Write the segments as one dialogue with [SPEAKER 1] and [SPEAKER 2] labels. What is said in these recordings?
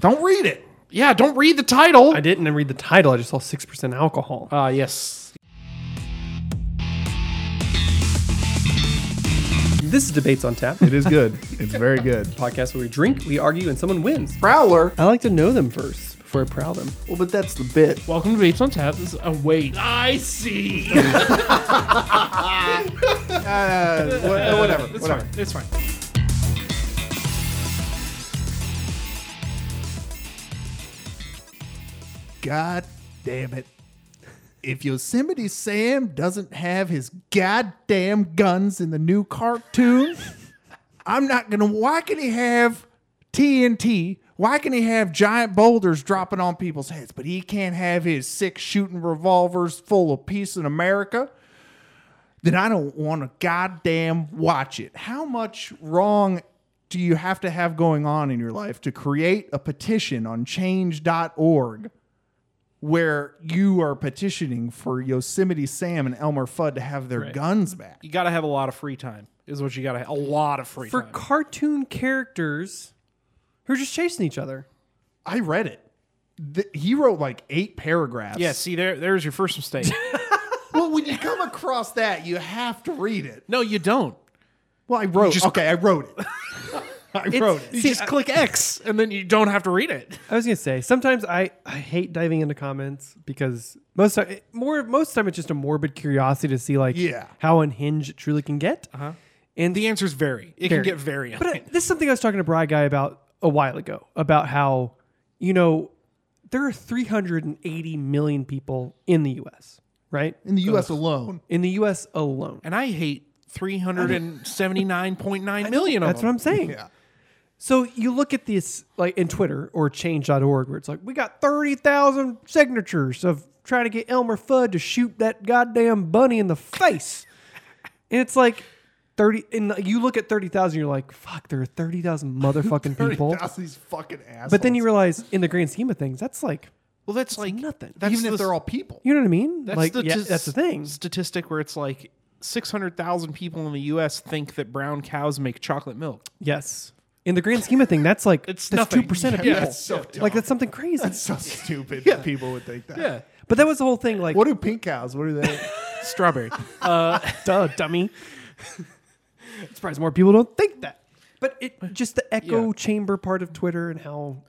[SPEAKER 1] Don't read it. Yeah, don't read the title.
[SPEAKER 2] I didn't read the title. I just saw six percent alcohol. Uh,
[SPEAKER 1] Ah, yes.
[SPEAKER 2] This is debates on tap.
[SPEAKER 3] It is good. It's very good.
[SPEAKER 2] podcast where we drink, we argue, and someone wins.
[SPEAKER 3] Prowler.
[SPEAKER 2] I like to know them first before I prowl them.
[SPEAKER 3] Well, but that's the bit.
[SPEAKER 1] Welcome to Babes on Tap. This is, oh, wait. I see.
[SPEAKER 3] Uh, wha- whatever. whatever.
[SPEAKER 1] it's fine.
[SPEAKER 3] God damn it. If Yosemite Sam doesn't have his goddamn guns in the new cartoon, I'm not gonna. Why can he have TNT? Why can he have giant boulders dropping on people's heads, but he can't have his six shooting revolvers full of peace in America? Then I don't want to goddamn watch it. How much wrong do you have to have going on in your life to create a petition on change.org where you are petitioning for Yosemite Sam and Elmer Fudd to have their guns back?
[SPEAKER 1] You got to have a lot of free time, is what you got to have. A lot of free
[SPEAKER 2] For
[SPEAKER 1] time.
[SPEAKER 2] cartoon characters who are just chasing each other.
[SPEAKER 3] I read it. Th- he wrote like eight paragraphs.
[SPEAKER 1] yeah, see, there, there's your first mistake.
[SPEAKER 3] Well, when you come across that, you have to read it.
[SPEAKER 1] no, you don't.
[SPEAKER 3] Well, I wrote.
[SPEAKER 1] just-
[SPEAKER 3] okay, I wrote it. I wrote it.
[SPEAKER 1] You just click X and then you don't have to read it.
[SPEAKER 2] I was gonna say sometimes I, I hate diving into comments because most ti- eh, more most time it's just a morbid curiosity to see like
[SPEAKER 3] Yeah.
[SPEAKER 2] how unhinged it truly can get. Uh-huh. And
[SPEAKER 1] The answers vary. It
[SPEAKER 2] Vary.
[SPEAKER 1] can get very.
[SPEAKER 2] But I, this is something I was talking to Bry Guy about a while ago about how, you know, there are 380 million people in the U.S. Right
[SPEAKER 3] In the U.S. alone,
[SPEAKER 2] in the U.S. alone.
[SPEAKER 1] and I hate 379.9 million of
[SPEAKER 2] That's what
[SPEAKER 1] them.
[SPEAKER 2] I'm saying.
[SPEAKER 3] Yeah.
[SPEAKER 2] So you look at this like in Twitter or Change.org where it's like we got 30,000 signatures of trying to get Elmer Fudd to shoot that goddamn bunny in the face, and it's like. 30 and you look at 30,000 you're like fuck there are 30,000 motherfucking people
[SPEAKER 3] 30,000 these fucking assholes.
[SPEAKER 2] But then you realize, in the grand scheme of things, that's like
[SPEAKER 1] well, that's like
[SPEAKER 2] nothing.
[SPEAKER 1] That's
[SPEAKER 3] even
[SPEAKER 1] the-
[SPEAKER 3] if they're all people,
[SPEAKER 2] you know what I mean.
[SPEAKER 1] that's
[SPEAKER 2] like
[SPEAKER 1] the
[SPEAKER 2] yeah,
[SPEAKER 1] t-
[SPEAKER 2] that's the thing.
[SPEAKER 1] statistic where it's like 600,000 people in the U.S. think that brown cows make chocolate milk.
[SPEAKER 2] Yes, in the grand scheme of thing, that's like
[SPEAKER 1] It's
[SPEAKER 2] that's
[SPEAKER 1] nothing.
[SPEAKER 2] two percent of
[SPEAKER 1] Yeah,
[SPEAKER 2] people.
[SPEAKER 3] that's so dumb.
[SPEAKER 2] like that's something crazy.
[SPEAKER 3] so stupid. that People would think that.
[SPEAKER 2] but that was the whole thing. Like
[SPEAKER 3] What do pink cows? What are they?
[SPEAKER 1] strawberry.
[SPEAKER 2] duh, dummy. I'm surprised more people don't think that. But it just the echo
[SPEAKER 1] Yeah.
[SPEAKER 2] chamber part of Twitter and how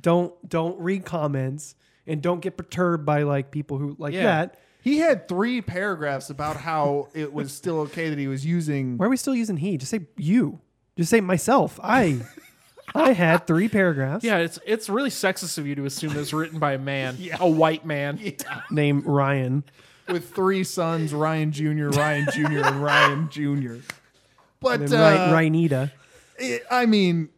[SPEAKER 2] don't don't read comments and don't get perturbed by like people who like
[SPEAKER 1] Yeah.
[SPEAKER 2] that.
[SPEAKER 3] he had three paragraphs about how it was still okay that he was using.
[SPEAKER 2] Why are we still using he? Just say you. Just say myself. I. I had three paragraphs.
[SPEAKER 1] yeah, it's it's really sexist of you to assume it's written by a man, a white man.
[SPEAKER 2] named Ryan.
[SPEAKER 3] with three sons Ryan Jr., Ryan Jr., and Ryan Jr. But
[SPEAKER 2] And
[SPEAKER 3] uh,
[SPEAKER 2] Ry- Ryanita.
[SPEAKER 3] it- I mean,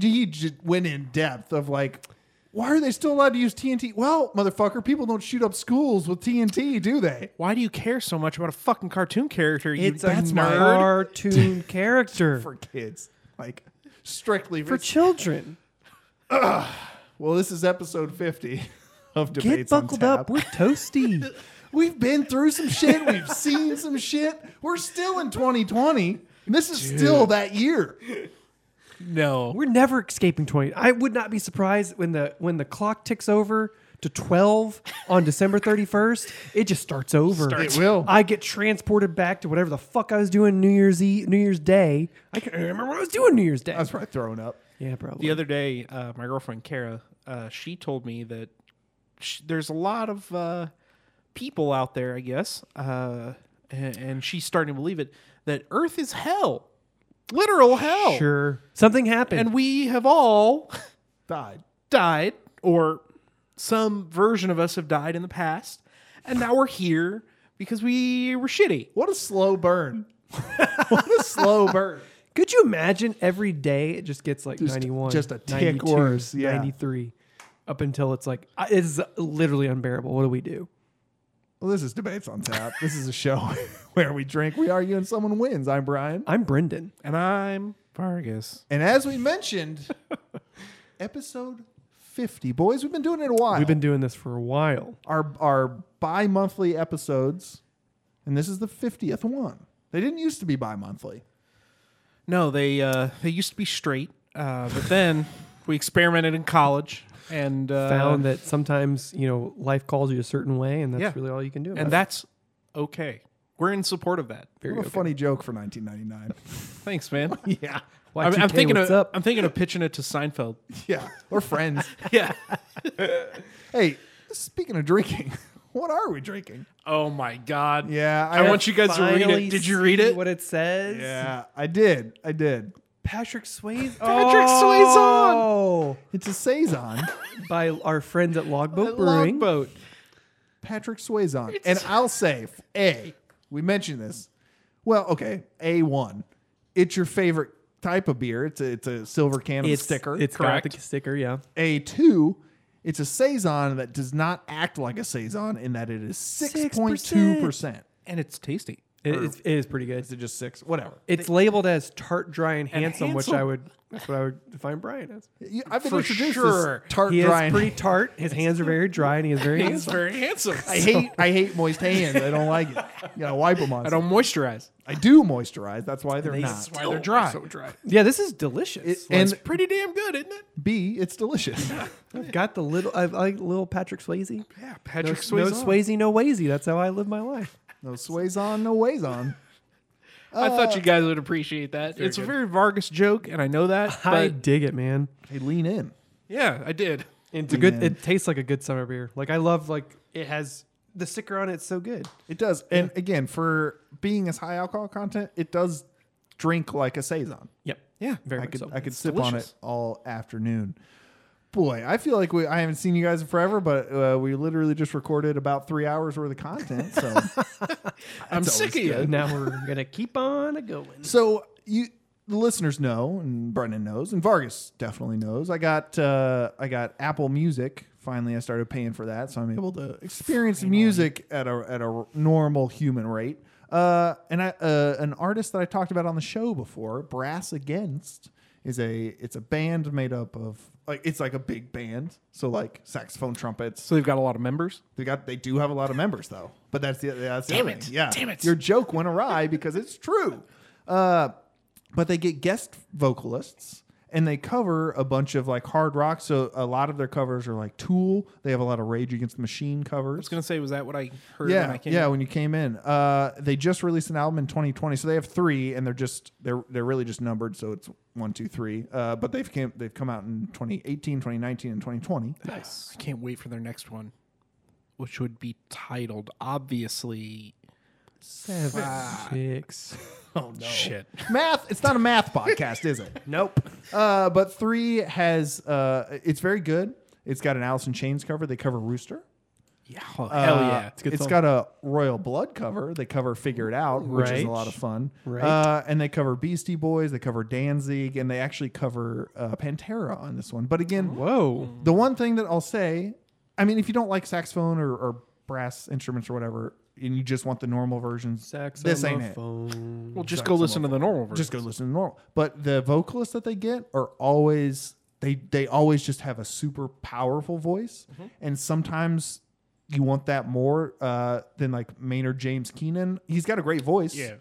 [SPEAKER 3] he j- went in depth of like, why are they still allowed to use TNT? Well, motherfucker, people don't shoot up schools with TNT, do they?
[SPEAKER 1] Why do you care so much about a fucking cartoon character? You
[SPEAKER 2] It's a
[SPEAKER 1] nerd.
[SPEAKER 2] cartoon character for,
[SPEAKER 3] For kids, like strictly for.
[SPEAKER 2] children.
[SPEAKER 3] well, this is episode fifty of debates.
[SPEAKER 2] Get buckled
[SPEAKER 3] on tap.
[SPEAKER 2] up. We're toasty.
[SPEAKER 3] We've been through some shit. We've seen some shit. We're still in 2020. And this is still that year.
[SPEAKER 1] No.
[SPEAKER 2] We're never escaping twenty. I would not be surprised when the when the clock ticks over to twelve on December thirty first. It just starts over.
[SPEAKER 1] Starts. It
[SPEAKER 3] will.
[SPEAKER 2] I get transported back to whatever the fuck I was doing New Year's Eve, New Year's Day. I can't remember what I was doing New Year's Day.
[SPEAKER 3] That's probably throwing up.
[SPEAKER 2] Yeah, probably.
[SPEAKER 1] The other day, uh, my girlfriend Kara, uh, she told me that sh there's a lot of uh, people out there, I guess, uh, and, and she's starting to believe it that Earth is hell, literal hell,
[SPEAKER 2] sure. Something happened.
[SPEAKER 1] and we have all
[SPEAKER 3] Died.
[SPEAKER 1] died, or some version of us have died in the past, and now we're here because we were shitty.
[SPEAKER 3] What a slow burn. what a slow burn.
[SPEAKER 2] Could you imagine every day it just gets like 91,
[SPEAKER 3] just a tick
[SPEAKER 2] 92,
[SPEAKER 3] worse, yeah.
[SPEAKER 2] 93, up until it's like I- it's literally unbearable. What do we do?
[SPEAKER 3] Well, this is Debates on Tap. This is a show where we drink, we argue, and someone wins. I'm Brian.
[SPEAKER 2] I'm Brendan.
[SPEAKER 1] And I'm Vargas.
[SPEAKER 3] And as we mentioned, episode 50. Boys, we've been doing it a while.
[SPEAKER 2] We've been doing this for a while.
[SPEAKER 3] our, our bi monthly episodes, and this is the 50th one. They didn't used to be bi monthly.
[SPEAKER 1] No, they uh, they used to be straight, uh, but then We experimented in college and uh,
[SPEAKER 2] Found that sometimes you know life calls you a certain way, and that's
[SPEAKER 1] Yeah.
[SPEAKER 2] really all you can do. About
[SPEAKER 1] and
[SPEAKER 2] it.
[SPEAKER 1] that's okay. We're in support of that.
[SPEAKER 2] Very
[SPEAKER 3] What a
[SPEAKER 2] okay.
[SPEAKER 3] funny joke for 1999.
[SPEAKER 1] Thanks, man.
[SPEAKER 3] yeah.
[SPEAKER 1] I'm, I'm
[SPEAKER 2] Y2K,
[SPEAKER 1] thinking
[SPEAKER 2] what's
[SPEAKER 1] of
[SPEAKER 2] up?
[SPEAKER 1] I'm thinking of pitching it to Seinfeld.
[SPEAKER 3] Yeah. We're friends.
[SPEAKER 1] Yeah.
[SPEAKER 3] hey, speaking of drinking, what are we drinking?
[SPEAKER 1] Oh my God.
[SPEAKER 3] Yeah.
[SPEAKER 1] I want you guys to read
[SPEAKER 2] Finally
[SPEAKER 1] it. Did you read
[SPEAKER 2] see
[SPEAKER 1] it?
[SPEAKER 2] What it says?
[SPEAKER 3] Yeah, I did. I did.
[SPEAKER 2] Patrick Swayze.
[SPEAKER 1] Patrick
[SPEAKER 2] oh,
[SPEAKER 3] It's a Saison.
[SPEAKER 2] by our friends at Logboat Brewing.
[SPEAKER 1] Logboat.
[SPEAKER 3] Patrick Swayzon. and I'll say f- A. We mentioned this. Well, okay, A one. It's your favorite type of beer. It's a, it's a silver can with a
[SPEAKER 2] It's
[SPEAKER 3] sticker.
[SPEAKER 2] It's got the
[SPEAKER 1] correct.
[SPEAKER 2] sticker. Yeah.
[SPEAKER 3] A two. It's a saison that does not act like a saison in that it is six point two percent.
[SPEAKER 1] And it's tasty.
[SPEAKER 2] It, it's, it is pretty good.
[SPEAKER 3] Is it just six? Whatever.
[SPEAKER 2] It's labeled as tart, dry, and handsome, which I
[SPEAKER 1] handsome.
[SPEAKER 2] would that's what I would define Brian as.
[SPEAKER 3] You- I've been
[SPEAKER 1] For
[SPEAKER 3] introduced
[SPEAKER 1] sure.
[SPEAKER 3] to this tart
[SPEAKER 2] he
[SPEAKER 3] dry.
[SPEAKER 2] is
[SPEAKER 3] and-
[SPEAKER 2] pretty tart. His hands are very dry, and he is very
[SPEAKER 1] He's
[SPEAKER 2] handsome.
[SPEAKER 1] very handsome.
[SPEAKER 3] I hate I hate moist hands. I don't like it. You gotta wipe them on.
[SPEAKER 1] I don't moisturize.
[SPEAKER 3] I do moisturize. That's why they're not.
[SPEAKER 1] That's why they're dry. Oh, So dry.
[SPEAKER 2] Yeah, this is delicious.
[SPEAKER 3] and
[SPEAKER 1] it's pretty damn good, isn't it?
[SPEAKER 3] B, it's delicious.
[SPEAKER 2] I've got the little. I like little Patrick Swayze.
[SPEAKER 1] Yeah,
[SPEAKER 2] No,
[SPEAKER 1] Patrick
[SPEAKER 2] no Swayze, no Wazy. That's how I live my life.
[SPEAKER 3] No sways on, no ways on.
[SPEAKER 1] I thought you guys would appreciate that. it's a very Vargas joke, and I know that.
[SPEAKER 2] I
[SPEAKER 1] But
[SPEAKER 2] dig it, man.
[SPEAKER 3] Hey, lean in.
[SPEAKER 1] yeah, I did.
[SPEAKER 2] It's a good. It tastes like a good summer beer. Like I love. Like it has the sticker on it. It's so good.
[SPEAKER 3] It does. And again, for being as high alcohol content, it does drink like a saison.
[SPEAKER 2] Yep.
[SPEAKER 1] Yeah,
[SPEAKER 2] Very
[SPEAKER 3] I
[SPEAKER 2] much
[SPEAKER 3] could
[SPEAKER 2] so.
[SPEAKER 3] I could sip on it
[SPEAKER 1] delicious.
[SPEAKER 3] all afternoon. Boy, I feel like we I haven't seen you guys in forever, but uh, we literally just recorded about three hours worth of content. So,
[SPEAKER 1] I'm sick of
[SPEAKER 2] And
[SPEAKER 1] you.
[SPEAKER 2] now we're gonna keep on a going.
[SPEAKER 3] so you the listeners know, and Brendan knows, and Vargas definitely knows. I got uh, I got Apple Music. Finally, I started paying for that, so I'm able to experience music at a at a normal human rate. Uh, and I, uh, an artist that I talked about on the show before, Brass Against, is a it's a band made up of like it's like a big band, so like saxophone, trumpets,
[SPEAKER 1] So they've got a lot of members.
[SPEAKER 3] they got they do have a lot of members though, but that's the that's the
[SPEAKER 1] Damn
[SPEAKER 3] other
[SPEAKER 1] it.
[SPEAKER 3] thing. Yeah,
[SPEAKER 1] Damn it.
[SPEAKER 3] Your joke went awry because it's true. Uh, but they get guest vocalists and they cover a bunch of like hard rock. So a lot of their covers are like Tool. They have a lot of Rage Against the Machine
[SPEAKER 1] I was
[SPEAKER 3] covers.
[SPEAKER 1] gonna say, was that what I heard
[SPEAKER 3] Yeah,
[SPEAKER 1] when I came?
[SPEAKER 3] yeah. When you came in, uh, they just released an album in 2020, so they have three, and they're just they're they're really just numbered, so it's one, two, three. Uh, but they've came they've come out in 2018, 2019, and 2020.
[SPEAKER 1] Nice. I can't wait for their next one, which would be titled obviously.
[SPEAKER 2] Seven, six.
[SPEAKER 1] Oh no! Shit.
[SPEAKER 3] Math. It's not a math podcast, is it?
[SPEAKER 2] Nope.
[SPEAKER 3] Uh, but three has uh, it's very good. It's got an Alice in Chains cover. They cover Rooster.
[SPEAKER 1] Yeah. Oh, hell
[SPEAKER 3] Uh,
[SPEAKER 1] yeah!
[SPEAKER 2] good
[SPEAKER 3] it's
[SPEAKER 2] song.
[SPEAKER 3] got a Royal Blood cover. They cover Figure It Out, which is
[SPEAKER 2] Right.
[SPEAKER 3] a lot of fun.
[SPEAKER 2] Right.
[SPEAKER 3] Uh, and they cover Beastie Boys. They cover Danzig, and they actually cover uh, Pantera on this one. But again,
[SPEAKER 2] Oh. Whoa.
[SPEAKER 3] the one thing that I'll say, I mean, if you don't like saxophone or, or brass instruments or whatever, and you just want the normal versions, this ain't it.
[SPEAKER 2] Saxophone.
[SPEAKER 1] Well, just go listen to the normal version.
[SPEAKER 3] just go listen to normal. But the vocalists that they get are always they they always just have a super powerful voice, and sometimes you want that more uh, than like Maynard James Keenan. He's got a great voice,
[SPEAKER 1] Yeah.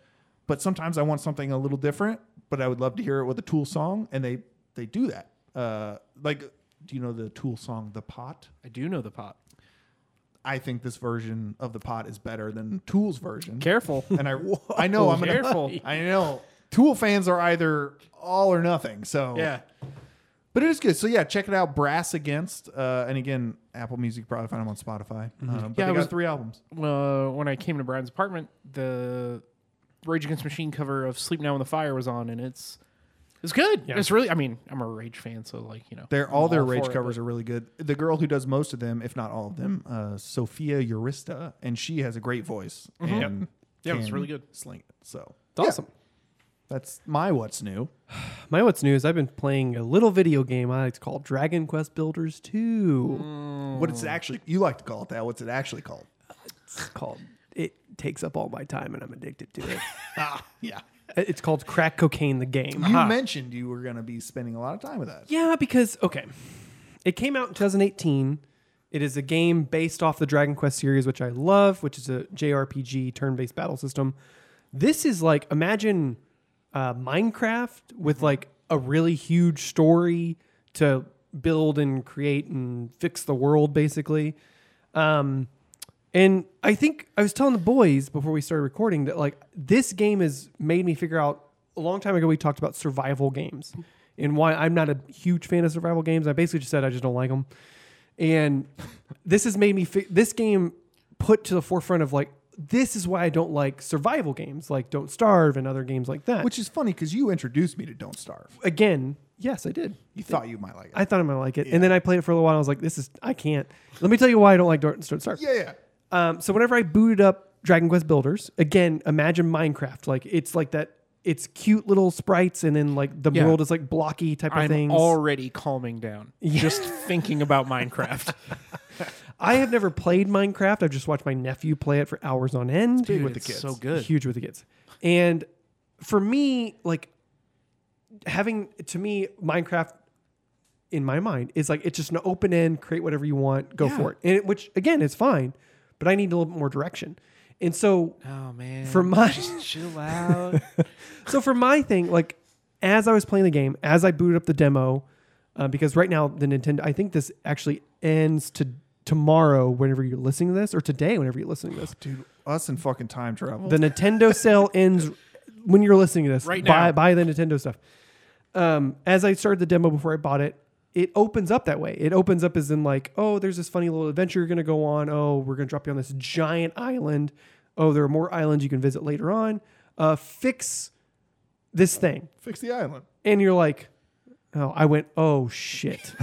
[SPEAKER 3] But sometimes I want something a little different. But I would love to hear it with a Tool song, and they they do that. Uh, like, do you know the Tool song "The Pot"?
[SPEAKER 1] I do know the pot.
[SPEAKER 3] I think this version of "The Pot" is better than Tool's version.
[SPEAKER 1] Careful.
[SPEAKER 3] And I I know I'm gonna
[SPEAKER 1] Careful.
[SPEAKER 3] I know. Tool fans are either all or nothing. So
[SPEAKER 1] yeah.
[SPEAKER 3] but it is good. So yeah, check it out. Brass Against, uh, and again, Apple Music. Probably find them on Spotify. Um, but
[SPEAKER 1] Mm-hmm. Yeah,
[SPEAKER 3] they
[SPEAKER 1] I was-
[SPEAKER 3] got three albums.
[SPEAKER 1] uh, when I came to Brian's apartment, the Rage Against the Machine cover of "Sleep Now in the Fire" was on, and it's it's good. It's really. I mean, I'm a Rage fan, so like you know,
[SPEAKER 3] They're
[SPEAKER 1] I'm
[SPEAKER 3] all their
[SPEAKER 1] for
[SPEAKER 3] Rage
[SPEAKER 1] it,
[SPEAKER 3] covers are really good. The girl who does most of them, if not all of them, uh, Sophia Eurista, and she has a great voice. And
[SPEAKER 1] Mm-hmm. Yeah, it's
[SPEAKER 3] can
[SPEAKER 1] really good.
[SPEAKER 3] Sling it. So
[SPEAKER 2] It's awesome.
[SPEAKER 3] that's my what's new.
[SPEAKER 2] My what's new is I've been playing a little video game. I like to call Dragon Quest Builders 2.
[SPEAKER 3] What
[SPEAKER 1] Mm.
[SPEAKER 3] it's actually you like to call it that? What's it actually called?
[SPEAKER 2] It's called It Takes Up All My Time and I'm Addicted to It.
[SPEAKER 3] ah, yeah.
[SPEAKER 2] it's called Crack Cocaine the
[SPEAKER 1] Uh-huh.
[SPEAKER 2] Game.
[SPEAKER 3] You mentioned you were going to be spending a lot of time with that.
[SPEAKER 2] Yeah, because okay, it came out in 2018. It is a game based off the Dragon Quest series, which I love, which is a JRPG turn-based battle system. This is like imagine uh, Minecraft with like a really huge story to build and create and fix the world basically. Um, and I think I was telling the boys before we started recording that like this game has made me figure out a long time ago we talked about survival games and why I'm not a huge fan of survival games. I basically just said I just don't like them. And this has made me fi- this game put to the forefront of like this is why I don't like survival games like Don't Starve and other games like that. Which
[SPEAKER 3] Which is funny because you introduced me to Don't Starve.
[SPEAKER 2] again, yes, I did.
[SPEAKER 3] You thought you might like it.
[SPEAKER 2] I thought I might like it. And then I played it for a little while. And I was like, this is, I can't. Let me tell you why I don't like Don't Starve.
[SPEAKER 3] yeah, yeah.
[SPEAKER 2] Um, so whenever I booted up Dragon Quest Builders, again, imagine Minecraft. Like it's like that. It's cute little sprites, and then like the
[SPEAKER 1] Yeah.
[SPEAKER 2] world is like blocky type of
[SPEAKER 1] I'm
[SPEAKER 2] things.
[SPEAKER 1] already calming down just thinking about Minecraft.
[SPEAKER 2] I have never played Minecraft. I've just watched my nephew play it for hours on end.
[SPEAKER 1] Dude,
[SPEAKER 3] with the
[SPEAKER 1] it's
[SPEAKER 3] kids.
[SPEAKER 1] so good.
[SPEAKER 2] Huge with the kids. And for me, like having to me, Minecraft in my mind is like it's just an open end, create whatever you want, go
[SPEAKER 1] Yeah.
[SPEAKER 2] for it. And it, which again is fine, but I need a little bit more direction. And so
[SPEAKER 1] Oh man.
[SPEAKER 2] For my-
[SPEAKER 1] just chill out.
[SPEAKER 2] so for my thing, like as I was playing the game, as I booted up the demo, uh, because right now the Nintendo, I think this actually ends to tomorrow, whenever you're listening to this, or today, whenever you're listening to this.
[SPEAKER 3] Dude, us and fucking time travel.
[SPEAKER 2] The Nintendo sale ends when you're listening to this.
[SPEAKER 1] Right
[SPEAKER 2] buy,
[SPEAKER 1] now.
[SPEAKER 2] buy the Nintendo stuff. Um, as I started the demo before I bought it, it opens up that way. It opens up as in like, oh, there's this funny little adventure you're gonna go on. Oh, we're gonna drop you on this giant island. Oh, there are more islands you can visit later on. Uh, fix this thing
[SPEAKER 3] Fix the island.
[SPEAKER 2] and you're like, oh, I went, oh shit.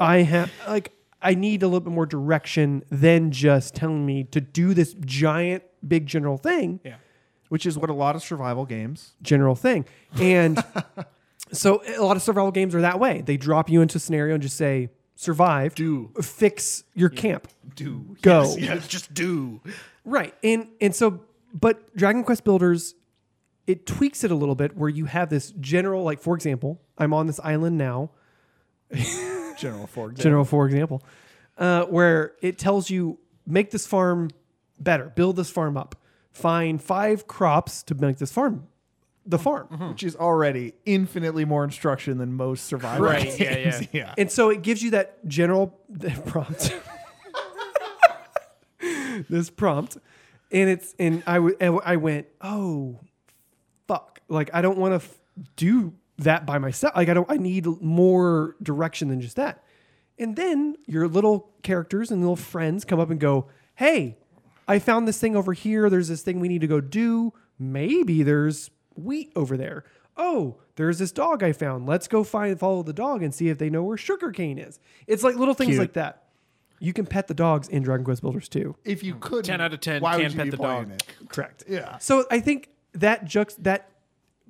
[SPEAKER 2] I have like I need a little bit more direction than just telling me to do this giant big general thing,
[SPEAKER 1] yeah.
[SPEAKER 3] Which is what a lot of survival games.
[SPEAKER 2] general thing. And so a lot of survival games are that way. They drop you into a scenario and just say, survive,
[SPEAKER 1] Do.
[SPEAKER 2] fix your camp.
[SPEAKER 1] Do.
[SPEAKER 2] Go.
[SPEAKER 1] Yes, yes, just do.
[SPEAKER 2] Right. And and so but Dragon Quest Builders it tweaks it a little bit where you have this general like for example, I'm on this island now.
[SPEAKER 3] General for example.
[SPEAKER 2] General, for example, uh, where it tells you make this farm better, build this farm up, find five crops to make this farm, the farm.
[SPEAKER 3] which is already infinitely more instruction than most survival
[SPEAKER 1] Right, yeah,
[SPEAKER 3] games.
[SPEAKER 1] yeah.
[SPEAKER 3] yeah.
[SPEAKER 2] And so it gives you that general prompt, this prompt, and it's and I w- and I went oh, fuck! Like I don't want to f- do that by myself. Like I don't. I need more direction than just that. And then your little characters and little friends come up and go, hey, I found this thing over here. There's this thing we need to go do. Maybe there's wheat over there. Oh, there's this dog I found. Let's go find follow the dog and see if they know where sugarcane is. It's like little things
[SPEAKER 3] Cute.
[SPEAKER 2] like that. You can pet the dogs in Dragon Quest Builders too.
[SPEAKER 3] If you could,
[SPEAKER 1] 10 out of 10,
[SPEAKER 3] Why would
[SPEAKER 1] can't
[SPEAKER 3] you
[SPEAKER 1] pet
[SPEAKER 3] be
[SPEAKER 1] the
[SPEAKER 3] playing
[SPEAKER 1] dog.
[SPEAKER 3] It?
[SPEAKER 2] Correct.
[SPEAKER 3] Yeah.
[SPEAKER 2] So I think that jux that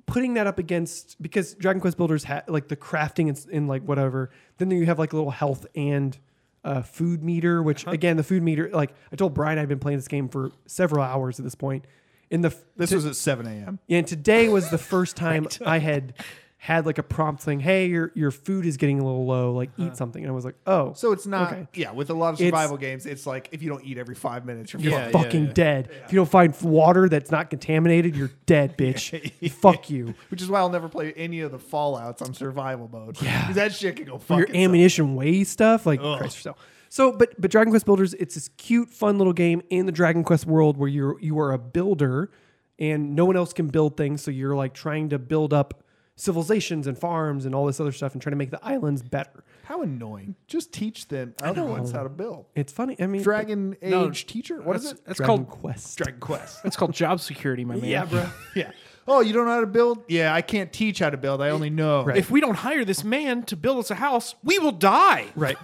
[SPEAKER 2] putting that up against because Dragon Quest Builders had like the crafting and, s- and like whatever. Then you have like a little health and uh, food meter, which again the food meter. Like I told Brian, I've been playing this game for several hours at this point. In the f-
[SPEAKER 3] This was at 7 a.m.
[SPEAKER 2] and today was the first time I had had like a prompt saying, "Hey, your your food is getting a little low. Like eat something." And I was like, "Oh,
[SPEAKER 3] So it's not.
[SPEAKER 2] Okay.
[SPEAKER 3] Yeah, with a lot of
[SPEAKER 2] It's-
[SPEAKER 3] survival games, it's like if you don't eat every five minutes, you're
[SPEAKER 1] Yeah,
[SPEAKER 3] fucked.
[SPEAKER 1] yeah.
[SPEAKER 2] fucking dead. If you don't find f- water that's not contaminated, you're dead, bitch. Fuck you."
[SPEAKER 3] Which is why I'll never play any of the Fallout's on survival mode. Yeah, that shit can go fuck
[SPEAKER 2] your
[SPEAKER 3] itself.
[SPEAKER 2] ammunition waste stuff. Like Christ yourself. So, but but Dragon Quest Builders, it's this cute, fun little game in the Dragon Quest world where you're you are a builder, and no one else can build things. So you're like trying to build up civilizations and farms and all this other stuff, and trying to make the islands better.
[SPEAKER 3] How annoying! Just teach them other ones how to build.
[SPEAKER 2] It's funny. I mean,
[SPEAKER 3] Dragon Age
[SPEAKER 1] No,
[SPEAKER 3] teacher. What is it?
[SPEAKER 1] That's
[SPEAKER 2] Dragon
[SPEAKER 1] called
[SPEAKER 2] Quest.
[SPEAKER 3] Dragon Quest.
[SPEAKER 1] that's called job security, my man.
[SPEAKER 2] yeah, bro.
[SPEAKER 3] yeah. Oh, you don't know how to build? Yeah, I can't teach how to build. I only know.
[SPEAKER 1] If we don't hire this man to build us a house, we will die.
[SPEAKER 2] right.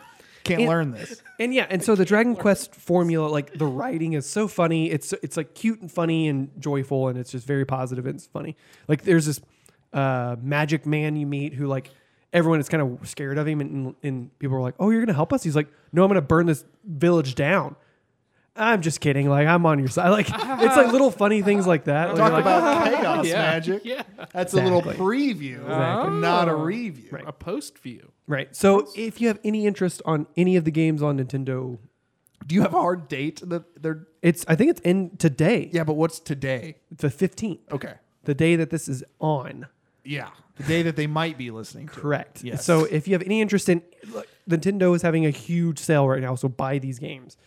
[SPEAKER 3] Can't
[SPEAKER 2] It-
[SPEAKER 3] learn this.
[SPEAKER 2] And yeah, and so the Dragon Quest formula, like the writing is so funny. It's it's like cute and funny and joyful, and it's just very positive and it's funny. Like there's this uh, magic man you meet who like everyone is kind of scared of him, and, and people are like, "Oh, you're gonna help us?" He's like, "No, I'm gonna burn this village down." I'm just kidding. Like I'm on your side. Like it's like little funny things like that. Like,
[SPEAKER 3] Talk
[SPEAKER 2] you're like,
[SPEAKER 3] about chaos
[SPEAKER 1] "Ah." Yeah.
[SPEAKER 3] magic.
[SPEAKER 1] Yeah. Oh.
[SPEAKER 3] That's a
[SPEAKER 2] Exactly.
[SPEAKER 3] little preview, not a review.
[SPEAKER 1] A post view.
[SPEAKER 2] right. So if you have any interest on any of the games on Nintendo,
[SPEAKER 3] Do you have a hard date that they're?
[SPEAKER 2] it's I think it's in today,
[SPEAKER 3] Yeah, but what's today?
[SPEAKER 2] the 15th.
[SPEAKER 3] Okay.
[SPEAKER 2] the day that this is on.
[SPEAKER 3] Yeah,
[SPEAKER 1] the day that they might be listening to. it.
[SPEAKER 2] Correct.
[SPEAKER 1] Yes.
[SPEAKER 2] So if you have any interest in, look, Nintendo is having a huge sale right now, so buy these games.